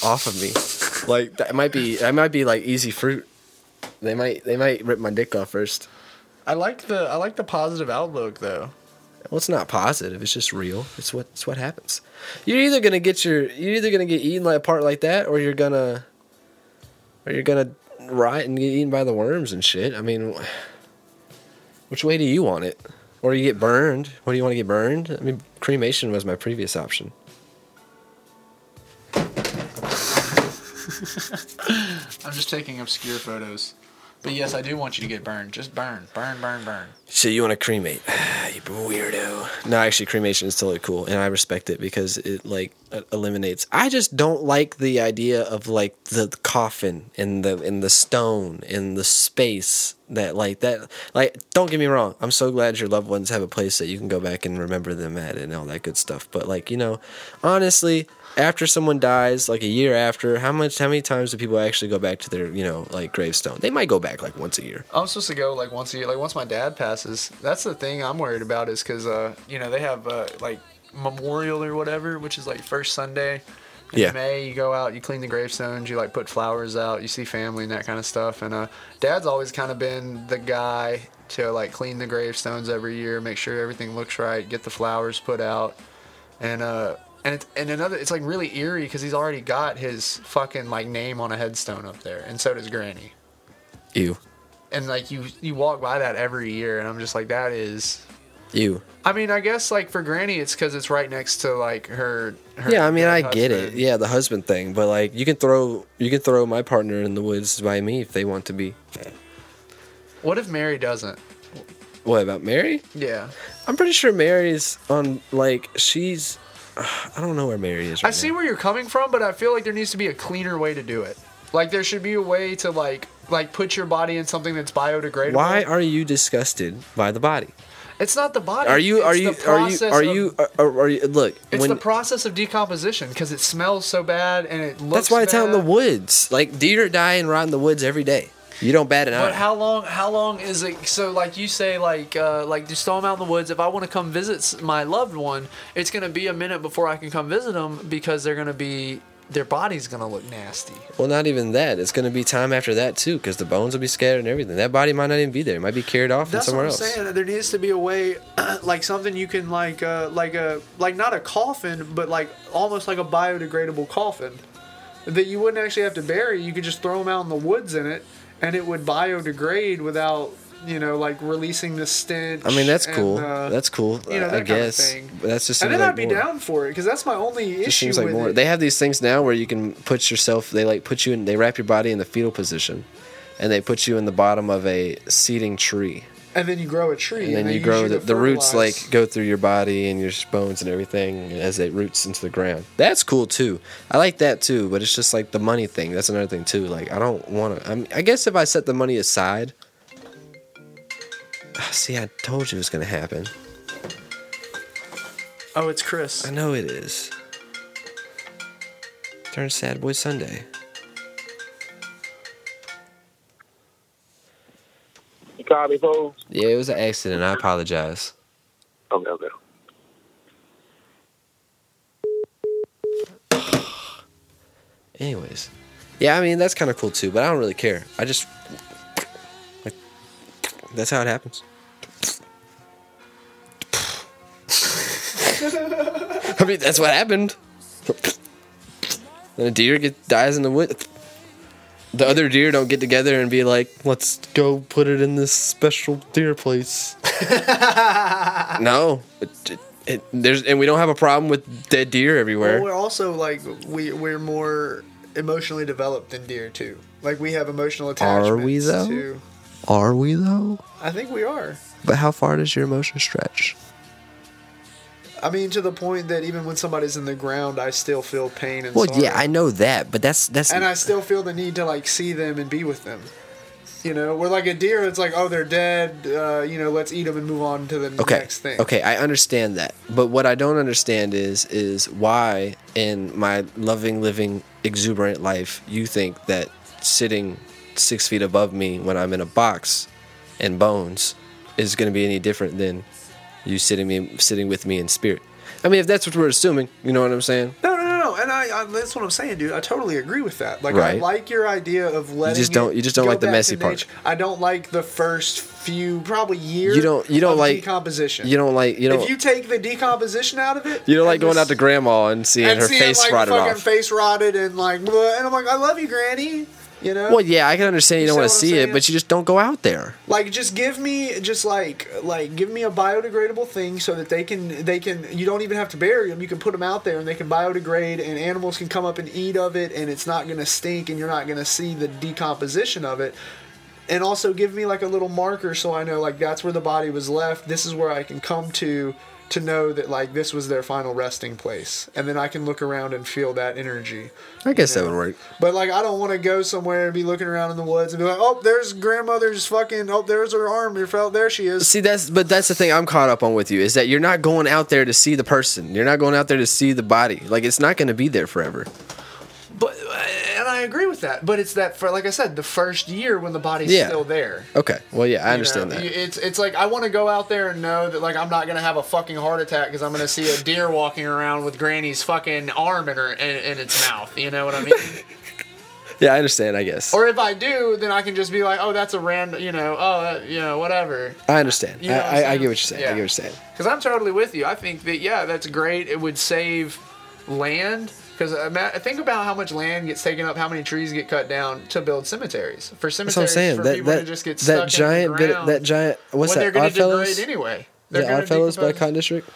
J: off of me. Like that might be that might be like easy fruit. They might they might rip my dick off first.
D: I like the I like the positive outlook though.
J: Well, it's not positive. It's just real. It's what it's what happens. You're either gonna get your you're either gonna get eaten like apart like that, or you're gonna or you're gonna rot and get eaten by the worms and shit. I mean, which way do you want it? Or you get burned? What do you want to get burned? I mean, cremation was my previous option.
D: I'm just taking obscure photos. But yes, I do want you to get burned. Just burn, burn, burn, burn.
J: So you want to cremate? *sighs* you weirdo. No, actually, cremation is totally cool, and I respect it because it like e- eliminates. I just don't like the idea of like the coffin and the and the stone and the space that like that like. Don't get me wrong. I'm so glad your loved ones have a place that you can go back and remember them at and all that good stuff. But like you know, honestly. After someone dies, like a year after, how much, how many times do people actually go back to their, you know, like gravestone? They might go back like once a year.
D: I'm supposed to go like once a year. Like once my dad passes, that's the thing I'm worried about is because uh, you know they have uh, like memorial or whatever, which is like first Sunday in
J: Yeah.
D: May. You go out, you clean the gravestones, you like put flowers out, you see family and that kind of stuff. And uh, dad's always kind of been the guy to like clean the gravestones every year, make sure everything looks right, get the flowers put out, and uh. And, it's, and another, it's like really eerie because he's already got his fucking like name on a headstone up there, and so does Granny
J: Ew,
D: and like you you walk by that every year and i'm just like that is
J: ew.
D: i mean i guess like for granny it's because it's right next to like her, her
J: yeah, I mean,
D: her
J: I get it.
D: husband.
J: Yeah, the husband thing, but like, you can throw you can throw my partner in the woods by me if they want to be.
D: what if mary doesn't
J: What about Mary?
D: yeah
J: I'm pretty sure Mary's on like she's. *sighs* I don't know where Mary is.
D: i
J: right
D: see
J: now.
D: where you're coming from but i feel like there needs to be a cleaner way to do it
F: Like there should be a way to like like put your body in something that's biodegradable.
J: Why are you disgusted by the body?
F: It's not the body.
J: Are you
F: it's
J: are
F: the
J: you are you
F: process
J: are
F: of-
J: you are, are, are you look
F: It's
J: when
F: the process of decomposition because it smells so bad and it looks.
J: that's why it's out in the
F: bad.
J: woods. Like deer die and rot in the woods every day. You don't bat an
F: But
J: eye.
F: how long? How long is it? So, like you say, like uh, like just throw them out in the woods. If I want to come visit s- my loved one, it's gonna be a minute before I can come visit them because they're gonna be their body's gonna look nasty.
J: Well, not even that. It's going to be time after that too, because the bones will be scattered and everything. That body might not even be there. It might be carried off and
F: That's
J: somewhere
F: what I'm
J: else.
F: saying. that There needs to be a way, *clears throat* like something you can like uh, like a like not a coffin, but like almost like a biodegradable coffin that you wouldn't actually have to bury. You could just throw them out in the woods in it, and it would biodegrade without you know like releasing the stench.
J: I mean, that's
F: and,
J: cool.
F: uh,
J: that's cool.
F: you know, that
J: I- I
F: kind of
J: guess.
F: thing.
J: But that's just
F: and
J: seems
F: then
J: like
F: I'd be
J: more.
F: down for it because that's my only
J: Just
F: issue
J: seems like
F: with
J: more.
F: it.
J: They have these things now where you can put yourself. They like put you in. They wrap your body in the fetal position, and they put you in the bottom of a seeding tree.
F: and then you grow a tree,
J: and then
F: they
J: you
F: use
J: grow
F: to
J: the, the roots
F: fertilize.
J: like go through your body and your bones and everything as it roots into the ground that's cool too i like that too but it's just like the money thing that's another thing too like i don't want to I, mean, I guess if i set the money aside *sighs* Ah, see i told you it was gonna happen
F: oh, it's Chris.
J: i know it is turn sad boy sunday
P: You call me fool?
J: yeah it was an accident i apologize
P: Okay, okay.
J: anyways yeah i mean that's kind of cool too but i don't really care i just like that's how it happens *laughs* I mean, that's what happened. Then a deer get, dies in the wood. The other deer don't get together and be like, "Let's go put it in this special deer *laughs* place." no, it, it, it, there's and we don't have a problem with dead deer everywhere.
F: Well, we're also like we we're more emotionally developed than deer too. Like we have emotional attachments.
J: Are we though?
F: To,
J: Are we though?
F: I think we are.
J: But how far does your emotion stretch?
F: I mean, to the point that even when somebody's in the ground, I still feel pain and
J: Well,
F: sorrow.
J: yeah, I know that, but that's that's
F: and I still feel the need to like see them and be with them. You know, we're like a deer. It's like, oh, they're dead. Uh, you know, let's eat them and move on to the
J: okay.
F: next thing.
J: Okay, I understand that. But what I don't understand is is why in my loving, living, exuberant life you think that sitting six feet above me when I'm in a box and bones is gonna be any different than you sitting me sitting with me in spirit. I mean if that's what we're assuming, you know what I'm saying?
F: No, no, no, no. And I, I that's what I'm saying, dude. I totally agree with that. Like, I
J: Right.
F: like your idea of letting.
J: just don't-
F: it
J: you just don't
F: go
J: like the
F: back to
J: messy part.
F: nature. I don't like the first few, probably year.
J: You don't- you don't
F: of
J: like-
F: decomposition.
J: you don't like- you
F: If
J: don't-
F: you take the decomposition out of it,
J: You don't like
F: and
J: going
F: this-
J: out to grandma and seeing
F: and
J: her
F: seeing,
J: face
F: like,
J: rotted
F: fucking
J: off.
F: face rotted, and like, bleh, and I'm like, I love you, Granny. You know.
J: well, yeah, I can understand you,
F: You
J: don't
F: see
J: want to
F: what I'm
J: see it,
F: saying?
J: but you just don't go out there.
F: Like just give me just like like give me a biodegradable thing so that they can they can you don't even have to bury them you can put them out there and they can biodegrade and animals can come up and eat of it and it's not gonna stink and you're not gonna see the decomposition of it and also give me like a little marker so I know like that's where the body was left this is where I can come to to know that like this was their final resting place and then I can look around and feel that energy
J: I guess that would work.
F: but like, I don't want to go somewhere and be looking around in the woods and be like, "Oh, there's grandmother's fucking. Oh, there's her arm. You felt there she is."
J: See, that's but that's the thing I'm caught up on with you is that you're not going out there to see the person. You're not going out there to see the body. Like it's not going to be there forever.
F: But uh, and I agree with that. But it's that for like I said, the first year when the body's
J: Yeah.
F: still there.
J: Okay. Well, yeah, I
F: You know,
J: understand that.
F: you- It's it's like I want to go out there and know that like I'm not gonna have a fucking heart attack because I'm gonna see a deer walking around with Granny's fucking arm in her in, in its mouth. You know what
J: *laughs*
F: I mean?
J: Yeah, I understand. I guess.
F: or if I do, then I can just be like, oh, that's a random. You know, oh, that, you know, whatever.
J: I understand.
F: You know what I'm
J: I, I, I
F: saying?
J: get what you're saying. I
F: Yeah.
J: get what you're saying.
F: Because I'm totally with you. I think that yeah, that's great. It would save land. Because think about how much land gets taken up, how many trees get cut down to build cemeteries. For
J: That's
F: cemeteries,
J: what I'm saying.
F: for
J: That
F: people
J: that
F: to just get stuck
J: that giant
F: in the
J: bit.
F: ground,
J: That giant.
F: when
J: What's that?
F: They're going to
J: Oddfellows.
F: degrade anyway. They're
J: Yeah,
F: gonna
J: Oddfellows by
F: decompose.
J: Cotton District.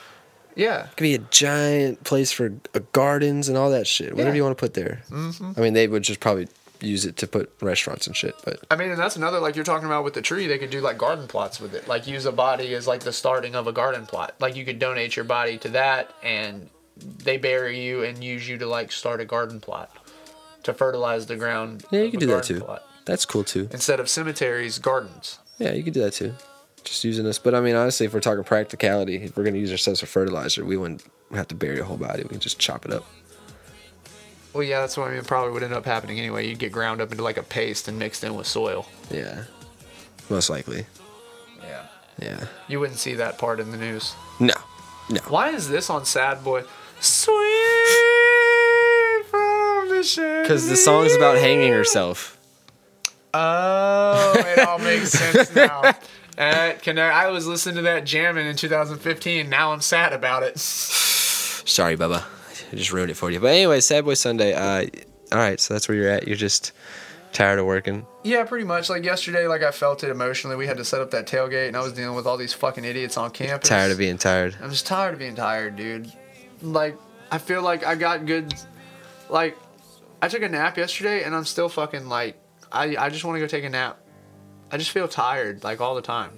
F: Yeah.
J: It could be a giant place for uh, gardens and all that shit. Whatever
F: Yeah.
J: you want to put there.
F: Mhm.
J: I mean, they would just probably use it to put restaurants and shit. But
F: I mean, and that's another like you're talking about with the tree. They could do like garden plots with it. Like use a body as like the starting of a garden plot. Like you could donate your body to that, and they bury you and use you to like start a garden plot.
D: to fertilize the ground.
J: Yeah, you
D: of
J: can
D: a
J: do that
D: garden
J: too.
D: plot.
J: That's cool too.
D: Instead of cemeteries, gardens.
J: Yeah, you could do that too. Just using this, but I mean, honestly, if we're talking practicality, if we're gonna use ourselves for fertilizer, we wouldn't have to bury a whole body. We can just chop it up.
D: Well, yeah, that's what I mean. Probably would end up happening anyway. You'd get ground up into like a paste and mixed in with soil.
J: Yeah, most likely.
D: Yeah.
J: Yeah.
D: You wouldn't see that part in the news.
J: No.
D: Why is this on Sad Boy? Sweet from the shade.
J: Because the song's about hanging herself.
D: Oh, it all makes
J: *laughs*
D: sense now. That connect. I was listening to that jamming in 2015. Now I'm sad about it.
J: Sorry, Bubba. I just ruined it for you. But anyway, Sad Boy Sunday. Uh, all right, so that's where you're at. You're just tired of working.
D: Yeah, pretty much. Like yesterday, like I felt it emotionally. We had to set up that tailgate, and I was dealing with all these fucking idiots on campus.
J: Tired of being tired.
D: I'm just tired of being tired, dude. Like, I feel like I got good. Like, I took a nap yesterday, and I'm still fucking like, I, I just want to go take a nap. I just feel tired, like, all the time.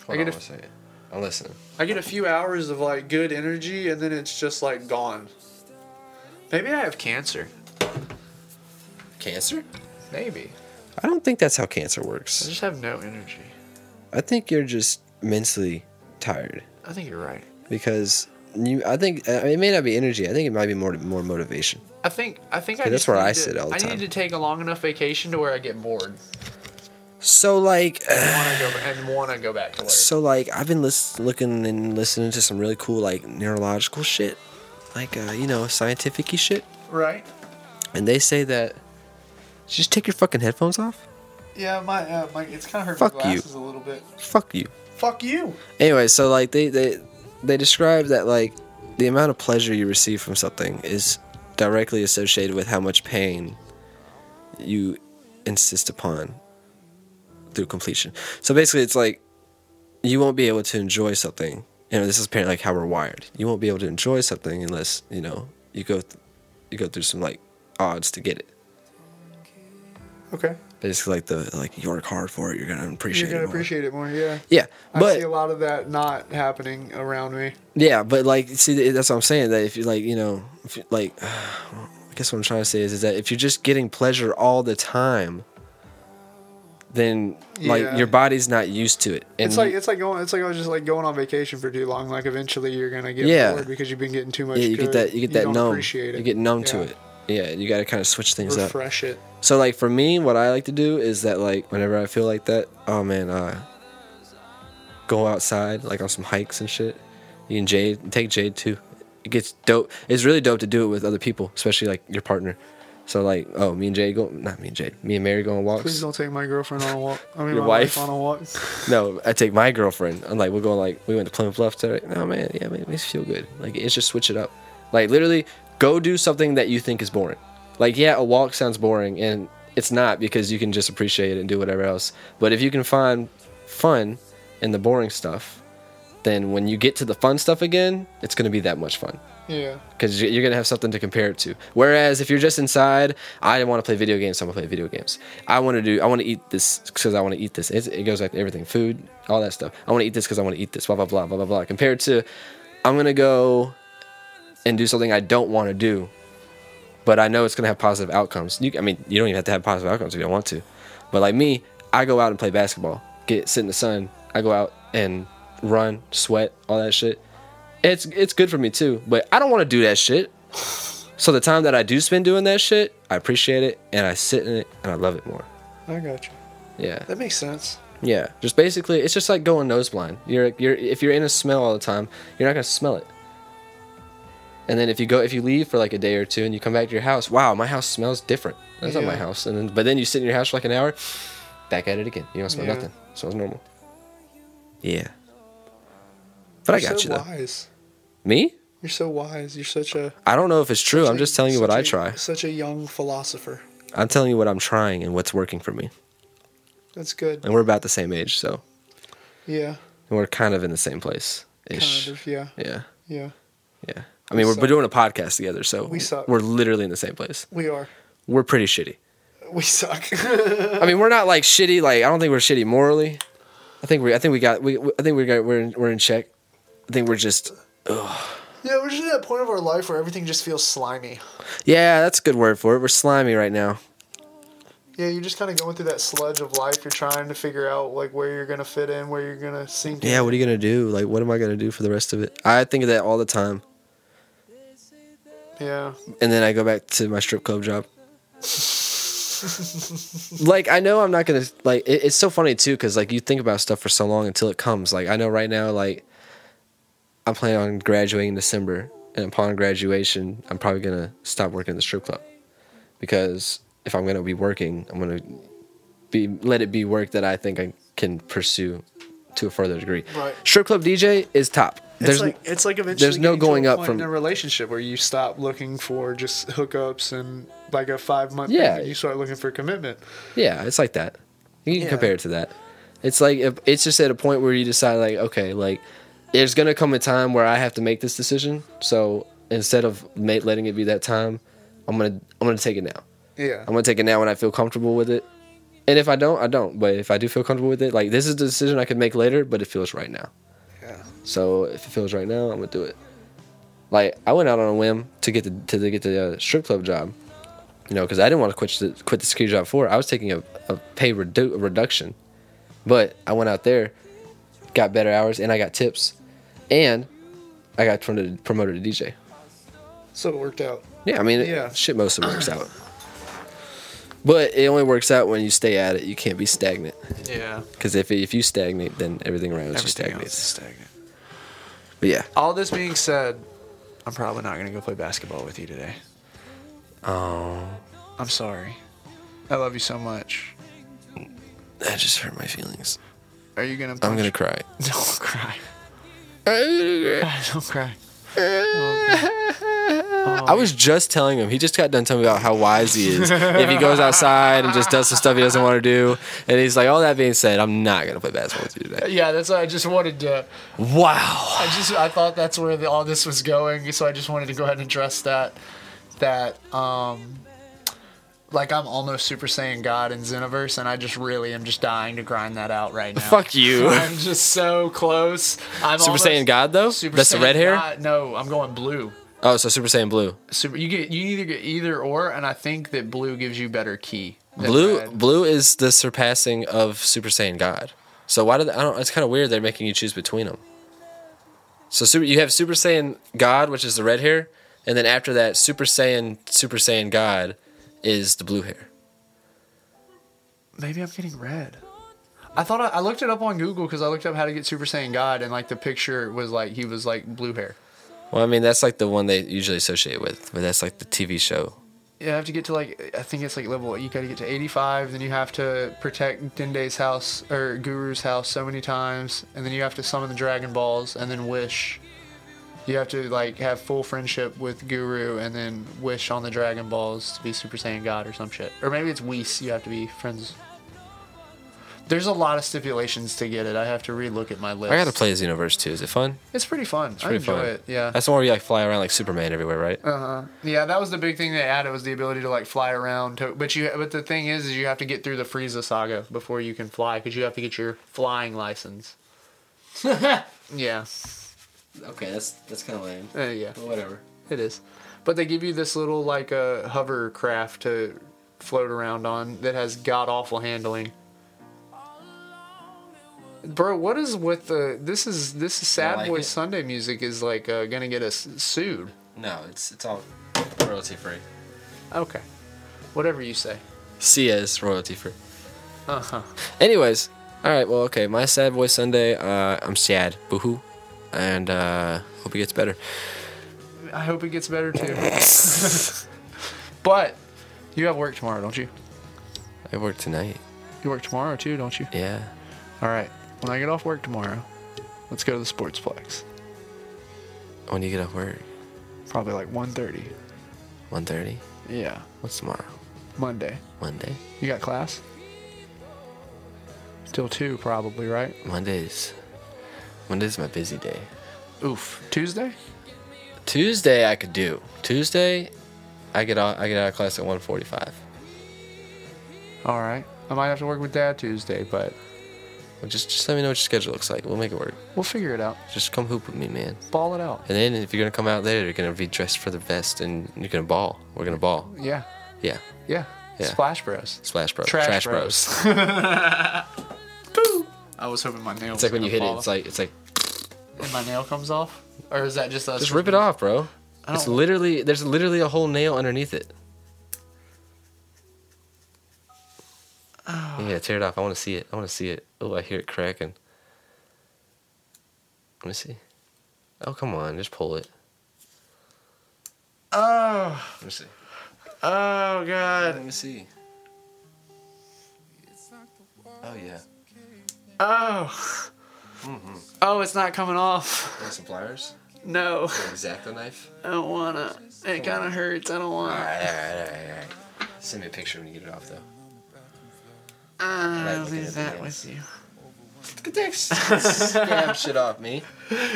D: I
J: Hold
D: get
J: on
D: a-
J: one second. I'm listening.
D: I get a few hours of like good energy, and then it's just like gone. Maybe I have cancer.
J: Cancer?
D: Maybe.
J: I don't think that's how cancer
D: I
J: works.
D: just have no energy.
J: I think you're just mentally tired
D: I think you're right.
J: because you. I think I mean, it may not be energy. I think it might be more more motivation.
D: I think I think I.
J: Yeah, that's
D: just
J: where
D: need
J: I
D: to-
J: sit all the
D: I
J: time.
D: need to take a long enough vacation to where I get bored
J: So like. *sighs*
D: and want to go and want to go back to work.
J: So like I've been lis- looking and listening to some really cool like neurological shit, like uh, you know scientific shit,
D: Right.
J: and they say that just take your fucking headphones off.
D: Yeah, my uh, my it's kind of hurt
J: Fuck you.
D: a little bit.
J: Fuck you.
D: Fuck you.
J: Anyway, so like they they they describe that like the amount of pleasure you receive from something is directly associated with how much pain you insist upon through completion. So basically, it's like you won't be able to enjoy something. You know, this is apparently like how we're wired. You won't be able to enjoy something unless you know you go th- you go through some like odds to get it.
D: Okay.
J: Basically, like the like you work hard for it, you're gonna appreciate
D: You're gonna
J: it. More.
D: appreciate it more. Yeah.
J: Yeah,
D: I
J: but
D: see a lot of that not happening around me.
J: Yeah, but like, see, that's what I'm saying. That if you like, you know, if you, like, *sighs* I guess what I'm trying to say is, is that if you're just getting pleasure all the time, then like
D: Yeah.
J: your body's not used to it.
D: it's like
J: you-
D: it's like going it's like I was just like going on vacation for too long. Like eventually you're gonna get
J: Yeah.
D: bored because you've been getting too much.
J: yeah, you
D: good.
J: get that, you get that
D: don't
J: numb.
D: Appreciate it.
J: You get numb to
D: Yeah.
J: it. Yeah, you got to kind of switch things up.
D: Refresh it.
J: So like for me, what I like to do is that like whenever I feel like that, oh man, uh, go outside like on some hikes and shit. You can Jade take Jade too. It gets dope. It's really dope to do it with other people, especially like your partner. So like, oh, me and Jade go, not me and Jade, me and Mary go on walks.
D: Please don't take my girlfriend on a walk. I mean
J: Your
D: my wife.
J: wife.
D: on a walk.
J: *laughs* No, I take my girlfriend. I'm like, we're going like we went to Plymouth Bluff today. No man, yeah, man, it makes you feel good. Like it's just switch it up. Like literally, go do something that you think is boring. Like yeah, a walk sounds boring, and it's not because you can just appreciate it and do whatever else. But if you can find fun in the boring stuff, then when you get to the fun stuff again, it's gonna be that much fun
D: Yeah.
J: because you're gonna have something to compare it to. Whereas if you're just inside, I want to play video games, so I'm gonna play video games. I want to do, I want to eat this because I want to eat this. It's, it goes back to everything, food, all that stuff. I want to eat this because I want to eat this. Blah blah blah blah blah blah. Compared to, I'm gonna go and do something I don't want to do, but I know it's gonna have positive outcomes. You, I mean, you don't even have to have positive outcomes if you don't want to. But like me, I go out and play basketball, get sit in the sun. I go out and run, sweat, all that shit. It's it's good for me too, but I don't want to do that shit. So the time that I do spend doing that shit, I appreciate it and I sit in it and I love it more.
D: I got you.
J: Yeah.
D: That makes sense.
J: Yeah. Just basically, it's just like going nose blind. You're you're if you're in a smell all the time, you're not gonna smell it. And then if you go if you leave for like a day or two and you come back to your house, wow, my house smells different. That's not my
D: Yeah.
J: house. And then but then you sit in your house for like an hour, back at it again. You don't smell
D: Yeah.
J: nothing. Smells normal. Yeah. But I
D: You're
J: got
D: so
J: you though.
D: Wise.
J: Me?
D: You're so wise. You're such a
J: I don't know if it's true. I'm
D: a-
J: just telling you what
D: such
J: I
D: a-
J: try.
D: Such a young philosopher.
J: I'm telling you what I'm trying and what's working for me.
D: That's good.
J: And we're about the same age, so
D: Yeah.
J: we're kind of in the same place. Ish.
D: Kind of, yeah.
J: Yeah.
D: Yeah.
J: Yeah. I mean,
D: We
J: we're, we're
D: suck.
J: doing a podcast together, so
D: We suck.
J: we're literally in the same place.
D: We are.
J: We're pretty shitty.
Q: *laughs*
D: We suck. Uh.
J: I mean, we're not like shitty. Like I don't think we're shitty morally. I think we. I think we got. We. we- I think we got. We're in, we're in check. I think we're just. Ugh,
Q: Yeah, we're just at that point of our life where everything just feels slimy.
J: Yeah, that's a good word for it. We're slimy right now.
Q: Yeah, you're just kind of going through that sludge of life. You're trying to figure out like where you're gonna fit in, where you're gonna sink. in.
J: Yeah, what are you gonna do? Like, what am I gonna do for the rest of it? I think of that all the time,
Q: Yeah.
J: and then I go back to my strip club job. like I know I'm not gonna like it, it's so funny too because like you think about stuff for so long until it comes like I know right now like I'm planning on graduating in December and upon graduation I'm probably gonna stop working in the strip club because if I'm gonna be working I'm gonna be let it be work that I think I can pursue to a further degree
D: Right.
J: strip club DJ is top
D: it's like it's like eventually
J: there's no
D: getting to a
J: going up
D: point
J: from
D: in a relationship where you stop looking for just hookups and like a five month
J: Yeah.
D: thing. You start looking for commitment.
J: Yeah, it's like that. You can
D: Yeah.
J: compare it to that. It's like if- it's just at a point where you decide like, okay, like there's gonna come a time where I have to make this decision. So instead of ma- letting it be that time, I'm gonna I'm gonna take it now.
D: Yeah.
J: I'm gonna take it now when I feel comfortable with it. And if I don't, I don't. But if I do feel comfortable with it, like this is the decision I could make later, but it feels right now.
D: Yeah.
J: So if it feels right now, I'm gonna do it. Like I went out on a whim to get the to the, get the uh, strip club job, you know, because I didn't want to quit the, quit the security job for. it. I was taking a, a pay redu- reduction, but I went out there, got better hours, and I got tips, and I got promoted promoted to DJ.
D: So it worked out.
J: Yeah, I mean, it-
D: Yeah.
J: shit most of it works out. But it only works out when you stay at it. You can't be stagnant.
D: Yeah.
J: Because if, if you stagnate, then everything around you stagnates.
D: stagnant.
J: But yeah.
D: All this being said, I'm probably not gonna go play basketball with you today.
J: Oh,
D: I'm sorry. I love you so much.
J: that just hurt my feelings.
D: Are you gonna?
J: I'm gonna cry.
D: Don't cry. Don't cry.
J: I was just telling him. He just got done telling me about how wise he is. if he goes outside and just does some stuff he doesn't want to do, and he's like, "All that being said, I'm not gonna play basketball with you today."
Q: Yeah, that's what I just wanted to.
J: Wow.
Q: I just I thought that's where the, all this was going, so I just wanted to go ahead and address that. That um, like I'm almost Super Saiyan God in Xenoverse, and I just really am just dying to grind that out right now.
J: Fuck you.
Q: I'm just so close. I'm
J: Super
Q: almost-
J: Saiyan God though.
Q: Super
J: That's the
Q: Saiyan
J: red hair.
Q: God- no, I'm going blue.
J: Oh, so Super Saiyan Blue.
D: Super. You get. You either get either or, and I think that blue gives you better key. than
J: Blue
D: red.
J: blue is the surpassing of Super Saiyan God. So why did I don't? It's kind of weird they're making you choose between them. So super, you have Super Saiyan God, which is the red hair, and then after that, Super Saiyan Super Saiyan God is the blue hair.
D: Maybe I'm getting red. I thought I, I looked it up on Google because I looked up how to get Super Saiyan God, and like the picture was like he was like blue hair.
J: Well, I mean that's like the one they usually associate with, but that's like the TV show.
D: You have to get to like I think it's like level. You got to get to 85, then you have to protect Dende's house or Guru's house so many times, and then you have to summon the Dragon Balls, and then wish. You have to like have full friendship with Guru, and then wish on the Dragon Balls to be Super Saiyan God or some shit. Or maybe it's Whis. You have to be friends. There's a lot of stipulations to get it. I have to relook at my list.
J: I gotta play Xenoverse too. Is it fun?
D: It's pretty fun.
J: It's
D: I
J: pretty
D: enjoy
J: fun.
D: it. Yeah.
J: That's the one where you like fly around like Superman everywhere, right?
D: Uh huh. Yeah, that was the big thing they added was the ability to like fly around. To, but you, but the thing is, is you have to get through the Frieza saga before you can fly because you have to get your flying
J: *laughs*
D: license. yeah.
J: Okay, that's that's kind of lame.
D: Uh, yeah.
J: whatever.
D: It is. But they give you this little like uh, hovercraft to float around on that has god awful handling. Bro, what is with the this is this is Sad
J: like
D: Boy
J: it.
D: Sunday music is like uh, gonna get us sued.
J: No, it's it's all royalty free.
D: Okay. Whatever you say.
J: See is royalty free.
D: Uh huh.
J: Anyways, all right. Well, okay. My sad boy Sunday. Uh, I'm sad. Boohoo. And uh, hope it gets better.
D: I hope it gets better too. *laughs* but you have work tomorrow, don't you?
J: I work tonight.
D: You work tomorrow too, don't you?
J: Yeah.
D: All right. When I get off work tomorrow, let's go to the Sportsplex.
J: When do you get off work?
D: Probably like 1:30.
J: 1.30?
D: Yeah.
J: What's tomorrow?
D: Monday.
J: Monday.
D: You got class? Till 2 probably, right?
J: Mondays. Monday's my busy day.
D: Oof. Tuesday?
J: Tuesday I could do. Tuesday, I get out. I get out of class at 1.45.
D: All right. I might have to work with dad Tuesday, but
J: Well, just just let me know what your schedule looks like. We'll make it work.
D: We'll figure it out.
J: Just come hoop with me, man.
D: Ball it out.
J: And then if you're gonna come out there, you're gonna be dressed for the vest, and you're gonna ball. We're gonna ball.
D: Yeah.
J: Yeah.
D: Yeah.
J: Yeah.
D: Splash Bros.
J: Splash Bros.
D: Trash,
J: Trash
D: Bros.
J: Bros.
D: Boo! I was hoping my nail.
J: It's like when you hit it. It's
D: like.
J: like it's like
D: and my nail comes off, or is that just us?
J: just rip it off, bro.
D: I
J: It's
D: don't-
J: literally there's literally a whole nail underneath it. Yeah, tear it off. I want to see it. I want to see it. Oh, I hear it cracking. Let me see. Oh, come on, just pull it.
D: Oh,
J: Let me see.
D: oh god. Let
J: me see. Oh yeah.
D: Oh,
J: Mm-hmm.
D: oh, it's not coming off.
J: Want some pliers?
D: No,
J: Exacto knife.
D: I don't wanna. It kind of hurts. I don't
J: All
D: wanna.
J: right, all right, all right, all right. Send me a picture when you get it off, though.
D: Uh, I'll
J: looking
D: do
J: at the
D: that
J: nails.
D: with you.
J: Get
D: *laughs*
J: that scab shit off me.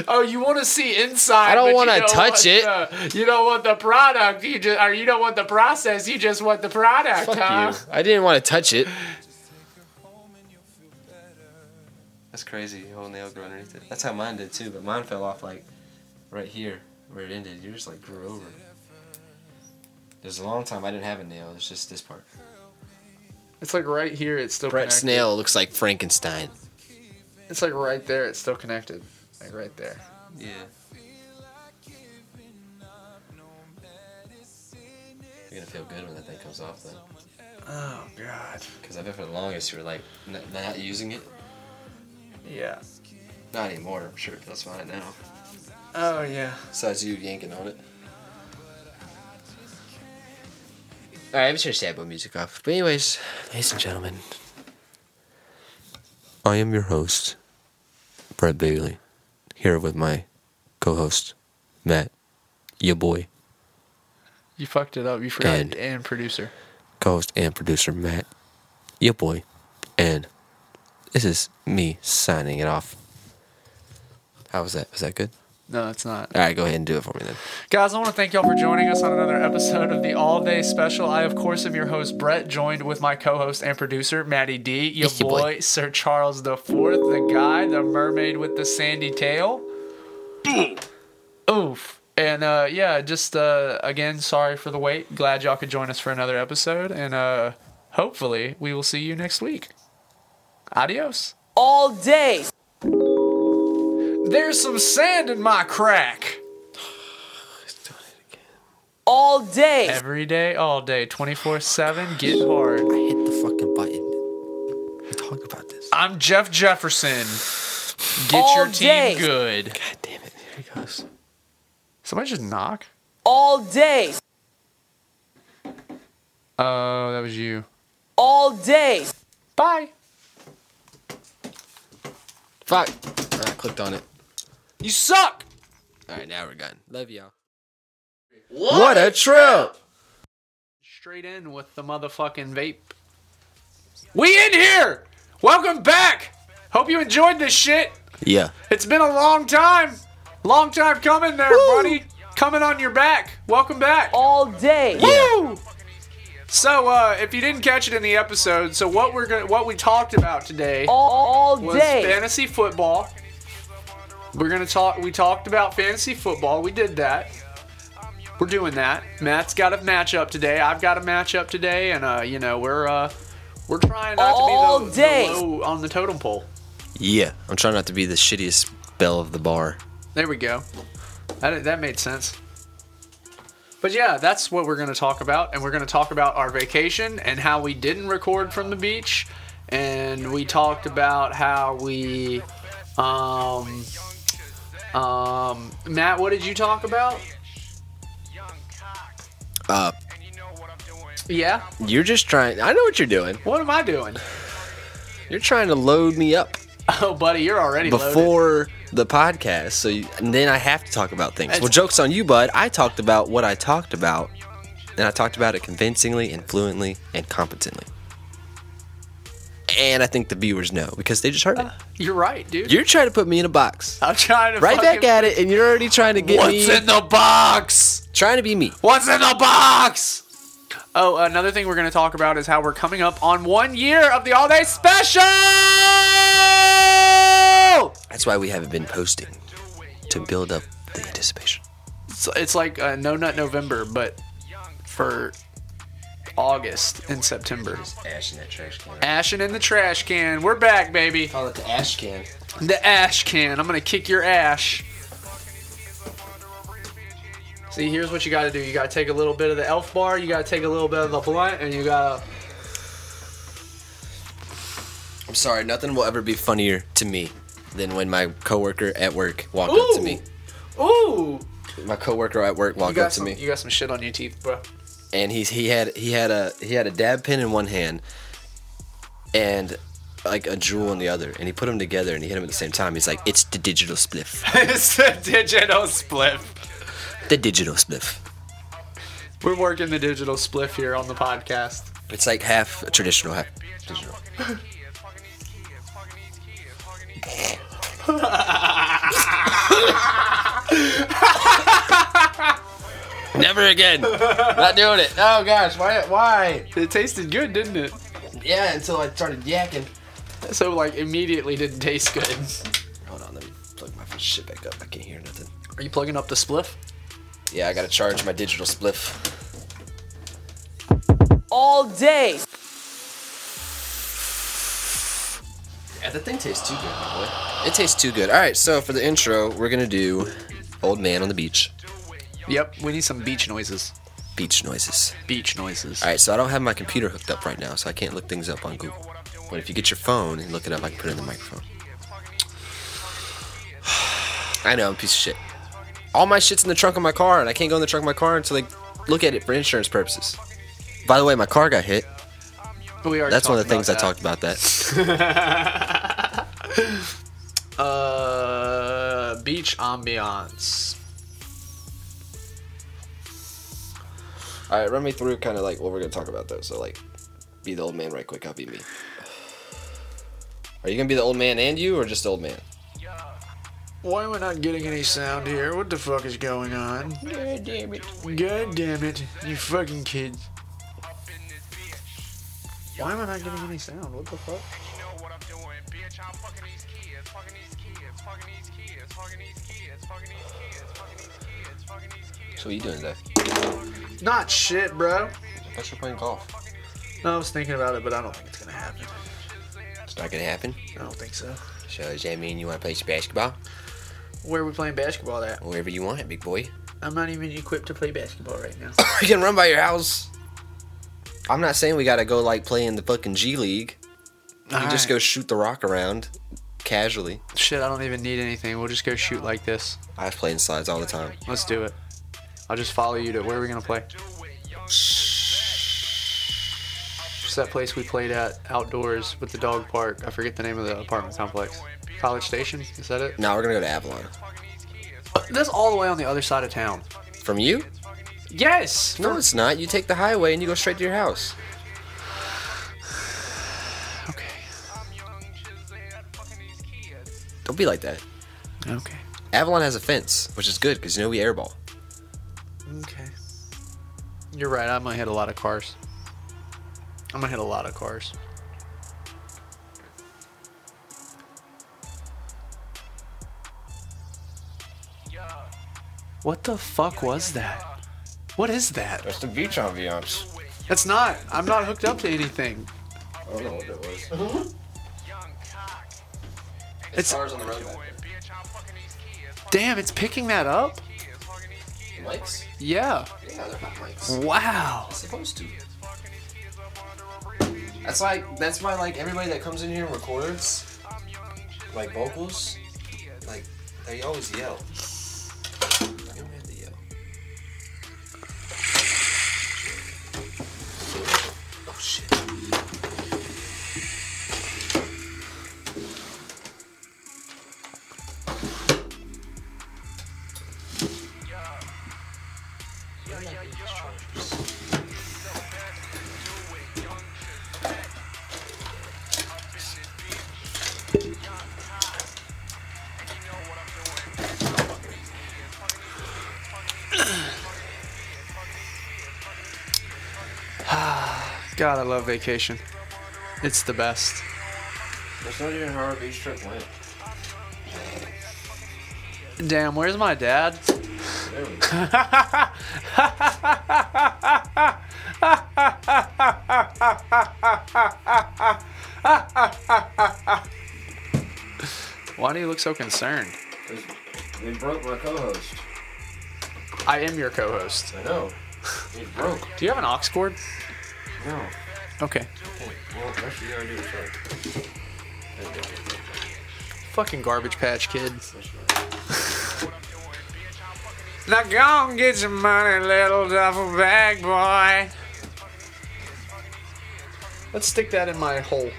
D: Oh, you want to see inside?
J: I don't
D: but you
J: wanna touch
D: want
J: it.
D: the- you don't want the product. You just, or you don't want the process. You just want the product,
J: Fuck
D: huh?
J: you. I didn't want to touch it. That's crazy. The whole nail grew underneath it. That's how mine did too, but mine fell off like right here where it ended. Yours like grew over. There's a long time I didn't have a nail. It's just this part.
D: It's like right here. It's still
J: Brett's
D: connected.
J: nail looks like Frankenstein.
D: It's like right there. It's still connected. Like right there.
J: Yeah. You're gonna feel good when that thing comes off, though.
D: Oh god.
J: Because I bet for the longest you were like n- not using it.
D: Yeah.
J: Not anymore. I'm sure that's fine now.
D: Oh yeah.
J: Besides you yanking on it. All right, I'm just gonna stab my music off. But anyways, ladies and gentlemen, I am your host, Brett Bailey, here with my co-host, Matt, your boy,
D: You fucked it up. You forgot
J: And-
D: and, producer.
J: co-host and producer Matt, your boy, and this is me signing it off. How was that? Was that good?
D: No, it's not.
J: All right, go ahead and do it for me then.
D: Guys, I want to thank y'all for joining us on another episode of the All Day Special. I, of course, am your host, Brett, joined with my co host and producer, Maddie D, your
J: your boy.
D: boy, Sir Charles the Fourth, the guy, the mermaid with the sandy tail. Oof. And uh, yeah, just uh, again, sorry for the wait. Glad y'all could join us for another episode. And uh, hopefully, we will see you next week. Adios. All day. There's some sand in my crack. All day. Every day, all day, 24 7, get hard. I
J: hit the fucking button. We
D: talk about this. I'm Jeff Jefferson. Get
A: All
D: your team
A: day.
D: good. God
J: damn it. Here he goes.
D: Somebody just knock?
A: All day.
D: Oh, that was you.
A: All day.
D: Bye.
J: Fuck. All right, clicked on it.
D: You suck.
J: All right, now we're done. Love y'all.
D: What,
J: a trip!
D: Straight in with the motherfucking vape. We in here! Welcome back! Hope you enjoyed this shit.
J: Yeah.
D: It's been a long time. Long time coming there, buddy. Coming on your back. Welcome back.
A: All day.
D: Woo! So, uh, if you didn't catch it in the episode, so what we're gonna, what we talked about today
A: all,
D: was
A: day.
D: fantasy football. We're gonna talk. We talked about fantasy football. We did that. We're doing that. Matt's got a matchup today. I've got a matchup today, and uh, you know we're uh, we're trying not
A: All
D: to be the,
A: day.
D: the low on the totem pole.
J: Yeah. I'm trying not to be the shittiest bell of the bar.
D: There we go. That, that made sense. But yeah, that's what we're going to talk about. And we're going to talk about our vacation and how we didn't record from the beach. And we talked about how we. Um, um, Matt, what did you talk about?
J: Uh,
D: Yeah?
J: you're just trying. I know what you're doing.
D: What am I doing? *laughs*
J: You're trying to load me up
D: Oh, buddy, you're already loaded.
J: before the podcast, so you, and then I have to talk about things. well,
D: It's-
J: jokes on you, bud. I talked about what I talked about, and I talked about it convincingly, and fluently, and competently. And I think the viewers know because they just heard it.
D: You're right, dude.
J: You're trying to put me in a box.
D: I'm trying to
J: Right back
D: fucking-
J: at it, and you're already trying to get
D: What's
J: me.
D: in the box?
J: Trying to be me.
D: What's in the box? Oh, another thing we're going to talk about is how we're coming up on one year of the All Day Special!
J: That's why we haven't been posting to build up the anticipation.
D: It's, it's like uh, No Nut November, but for August and September.
J: Ash in that trash can.
D: Ashing in the trash can. We're back, baby.
J: Call it the ash can.
D: The ash can. I'm gonna kick your ash. See, here's what you gotta do. You gotta take a little bit of the elf bar, you gotta take a little bit of the blunt, and you gotta
J: I'm sorry, nothing will ever be funnier to me than when my coworker at work walked up to me.
D: Ooh!
J: My coworker at work
D: you
J: walked
D: got
J: up to
D: some,
J: me.
D: You got some shit on your teeth, bro.
J: and he's he had he had a he had a dab pen in one hand and like a jewel in the other and he put them together and he hit him at the same time he's like it's the digital spliff
D: *laughs* it's a digital spliff.
J: the digital spliff
D: We're working the digital spliff here on the podcast.
J: it's like half traditional half digital *laughs* never again not doing it
Q: Oh gosh, why? Why?
D: It tasted good, didn't it?
J: Yeah, until I started yakking.
D: So like immediately didn't taste good.
J: hold on let me plug my shit back up i can't hear nothing
D: Are you plugging up the spliff?
J: yeah i gotta charge my digital spliff
R: All day.
J: Yeah, that thing tastes too good, my boy. It tastes too good. All right, so for the intro, we're gonna do "Old Man on the Beach."
D: Yep, we need some beach noises.
J: Beach noises.
D: Beach noises.
J: All right, so I don't have my computer hooked up right now, so I can't look things up on Google. But if you get your phone and look it up, I can put it in the microphone. *sighs* I know I'm a piece of shit. All my shit's in the trunk of my car, and I can't go in the trunk of my car until they look at it for insurance purposes. By the way, my car got hit.
D: We already
J: That's one of the
D: talked
J: things I
D: about
J: talked about. That
D: *laughs* uh, beach ambiance.
J: All right, run me through kind of like what we're gonna talk about though. So like, be the old man right quick. I'll be me. Are you gonna be the old man and you, or just the old man?
D: Why am I not getting any sound here? What the fuck is going on? God damn it. God damn it. You fucking kids. Why am I not getting any sound? What the fuck?
J: So what you doing today?
D: Not shit, bro.
J: That's you're playing golf.
D: No, I was thinking about it, but I don't think it's gonna happen.
J: It's not gonna happen.
D: I don't think so.
J: So does that mean you want to play some basketball
D: Where are we playing basketball at?
J: wherever you want, big boy? *laughs*
D: I'm not even equipped to play basketball right now.
J: you can run by your house. I'm not saying we gotta go like play in the fucking G League. You can just
D: Alright.
J: go shoot the rock around casually.
D: Shit, I don't even need anything. We'll just go shoot like this.
J: I've played in slides all the time.
D: Let's do it. I'll just follow you to where are we gonna play? It's that place we played at outdoors with the dog park. I forget the name of the apartment complex. College Station? Is that it?
J: Now we're gonna go to Avalon.
D: That's all the way on the other side of town.
J: From you?
D: Yes.
J: No, it's not. You take the highway and you go straight to your house. Don't be like that.
D: Okay.
J: Avalon has a fence, which is good because you know we airball.
D: Okay. You're right. I'm gonna hit a lot of cars. I'm gonna hit a lot of cars. What the fuck was that? What is that?
J: That's the beach ambiance.
D: That's not. I'm not hooked up to anything.
J: I don't know what that was.
D: It's
J: stars on the road.
D: damn. It's picking that up.
J: Mics?
D: Yeah.
J: Yeah, they're hot mics.
D: Wow.
J: supposed to. That's like that's why like everybody that comes in here and records like vocals, like they always yell. Like, I'm gonna have to yell. Oh shit.
D: God, I love vacation. It's the best.
J: That's not even how our beach trip went.
D: Damn, where's my dad? *laughs* Why do you look so concerned?
S: It broke my co-host.
D: I am your co-host.
S: I know. It broke.
D: Do you have an aux cord?
S: No.
D: Okay.
S: Well, actually, yeah, I do. Sorry. There we go.
D: Fucking garbage patch kid.
T: *laughs* Now go and get your money, little duffel bag boy.
D: Let's stick that in my hole.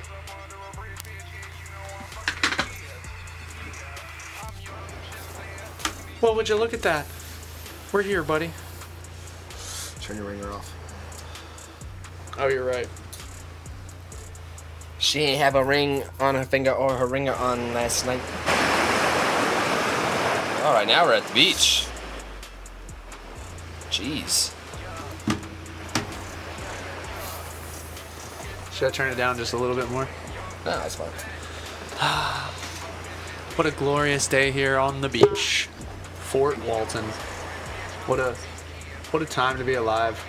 D: Well, would you look at that? We're here, buddy.
S: Turn your ringer off.
D: Oh, you're right.
U: She ain't have a ring on her finger or her ringer on last night. All right, now we're at the beach. Jeez.
D: Should I turn it down just a little bit more?
U: No, that's fine.
D: What a glorious day here on the beach, Fort Walton. What a what a time to be alive.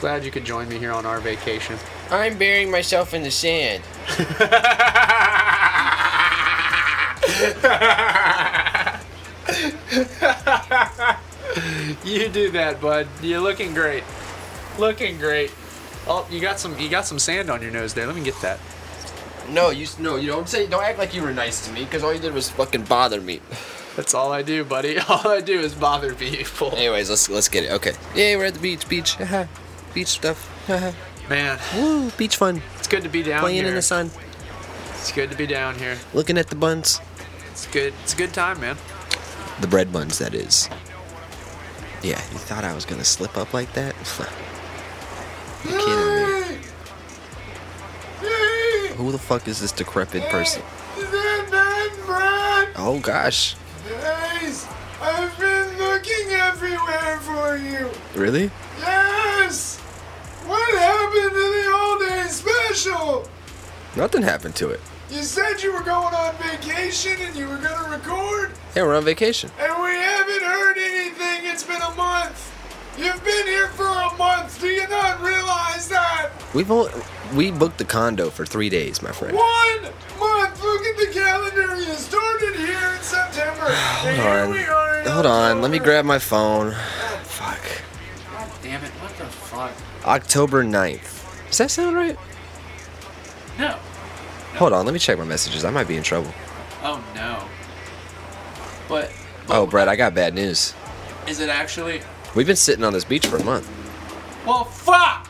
D: Glad you could join me here on our vacation. *laughs*
U: I'm burying myself in the sand.
D: you do that, bud. You're looking great. Looking great. Oh, you got some you got some sand on your nose there. Let me get that.
U: No, you s- no, you don't say. Don't act like you were nice to me, because all you did was fucking bother me.
D: That's all I do, buddy. *laughs* All I do is bother people.
U: Anyways, let's let's get it. Okay. Yay, we're at the beach. Beach. haha. beach stuff. haha.
D: Man,
U: Woo, beach fun.
D: it's good to be down
U: Playing
D: here.
U: in the sun,
D: It's good to be down here.
U: looking at the buns,
D: It's good. It's a good time, man.
J: The bread buns, that is. Yeah, you thought I was gonna slip up like that? *laughs* You're kidding me. Who the fuck is this decrepit person?
F: Is that bad, Brad?
J: Oh gosh.
F: Yes, I've been looking everywhere for you.
J: Really?
F: Yes! What happened to the all day special?
J: Nothing happened to it.
F: You said you were going on vacation and you were gonna record,
J: Hey, we're on vacation.
F: and we haven't heard anything. It's been a month. You've been here for a month. Do you not realize that?
J: We've all, we booked the condo for three days, my friend.
F: One month! Look at the calendar. You started here in September. And
J: *sighs* Hold
F: here
J: on.
F: we are. in
J: Hold on. Let me grab my phone.
D: God damn it! What the fuck?
J: October 9th. Does that sound right?
D: No.
J: Hold on. Let me check my messages. I might be in trouble.
D: Oh no. But
J: Oh, Brad, I got bad news.
D: is it actually?
J: We've been sitting on this beach for a month.
D: Well, fuck.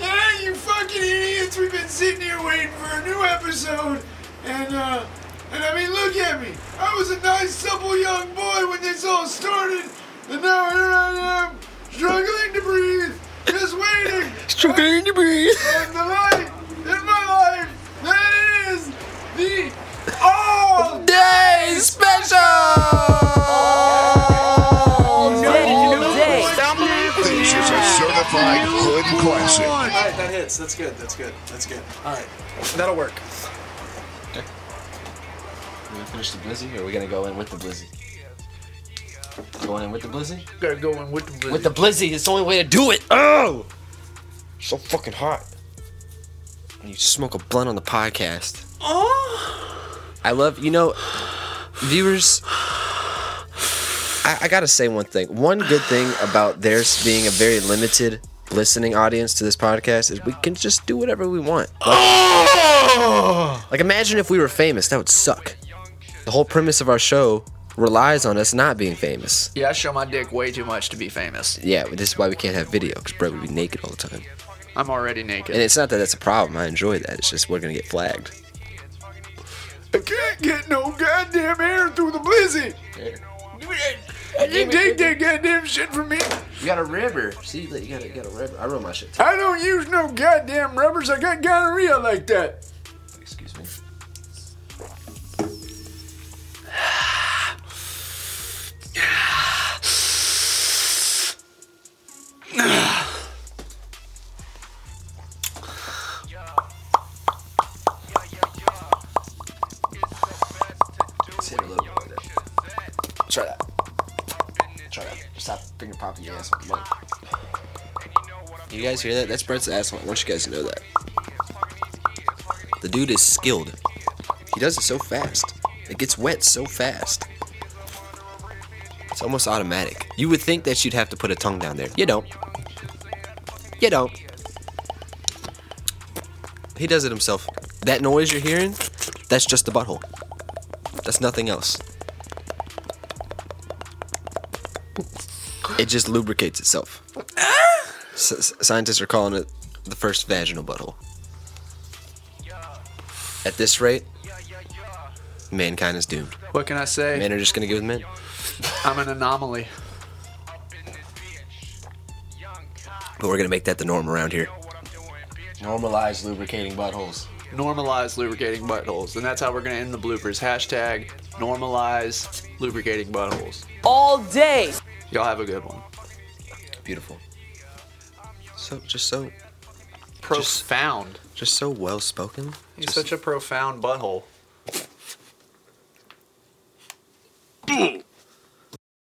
F: Yeah, you fucking idiots! We've been sitting here waiting for a new episode, and uh, and I mean, look at me. I was a nice, supple young boy when this all started, and now here I am, struggling to breathe, just waiting.
J: struggling to breathe.
F: And the light in my life that is the all day special.
A: All day.
C: This is a certified hood
D: All
C: classic.
D: right, that hits. That's good. That's good. That's good. All right, that'll work.
J: Are we gonna finish the blizzy, or are we gonna go in with the blizzy? Going in with the blizzy?
D: Gotta go in with the blizzy.
J: With the blizzy, it's the only way to do it. Oh, so fucking hot. When you smoke a blunt on the podcast. I love you know, viewers. I, I gotta say one thing. One good thing about there's being a very limited listening audience to this podcast is we can just do whatever we want. Like, like imagine if we were famous, that would suck. The whole premise of our show relies on us not being famous.
D: Yeah, I show my dick way too much to be famous.
J: Yeah, but this is why we can't have video because Brett would be naked all the time.
D: I'm already naked.
J: And it's not that that's a problem. I enjoy that. It's just we're gonna get flagged.
V: I can't get no goddamn air through the blizzard. You take that goddamn shit from me.
J: You got a rubber. See, you got a, you got a rubber. I roll my shit.
V: I don't use no goddamn rubbers. I got gonorrhea like that.
J: Excuse me.
W: pop the ass on the mic.
J: You guys hear that? That's Brett's asshole. I want you guys to know that. The dude is skilled. He does it so fast. It gets wet so fast. It's almost automatic. You would think that you'd have to put a tongue down there. You don't. You don't. He does it himself. That noise you're hearing, that's just the butthole. That's nothing else. It just lubricates itself. S- s- scientists are calling it the first vaginal butthole. At this rate, mankind is doomed.
D: What can I say?
J: Men are just gonna give with men.
D: I'm an anomaly.
J: But we're gonna make that the norm around here.
W: Normalize lubricating buttholes.
D: Normalize lubricating buttholes, and that's how we're gonna end the bloopers. Hashtag normalize lubricating buttholes.
R: All day.
D: Y'all have a good one.
J: Beautiful. So just so
D: Profound.
J: just so well spoken.
D: He's such a profound butthole.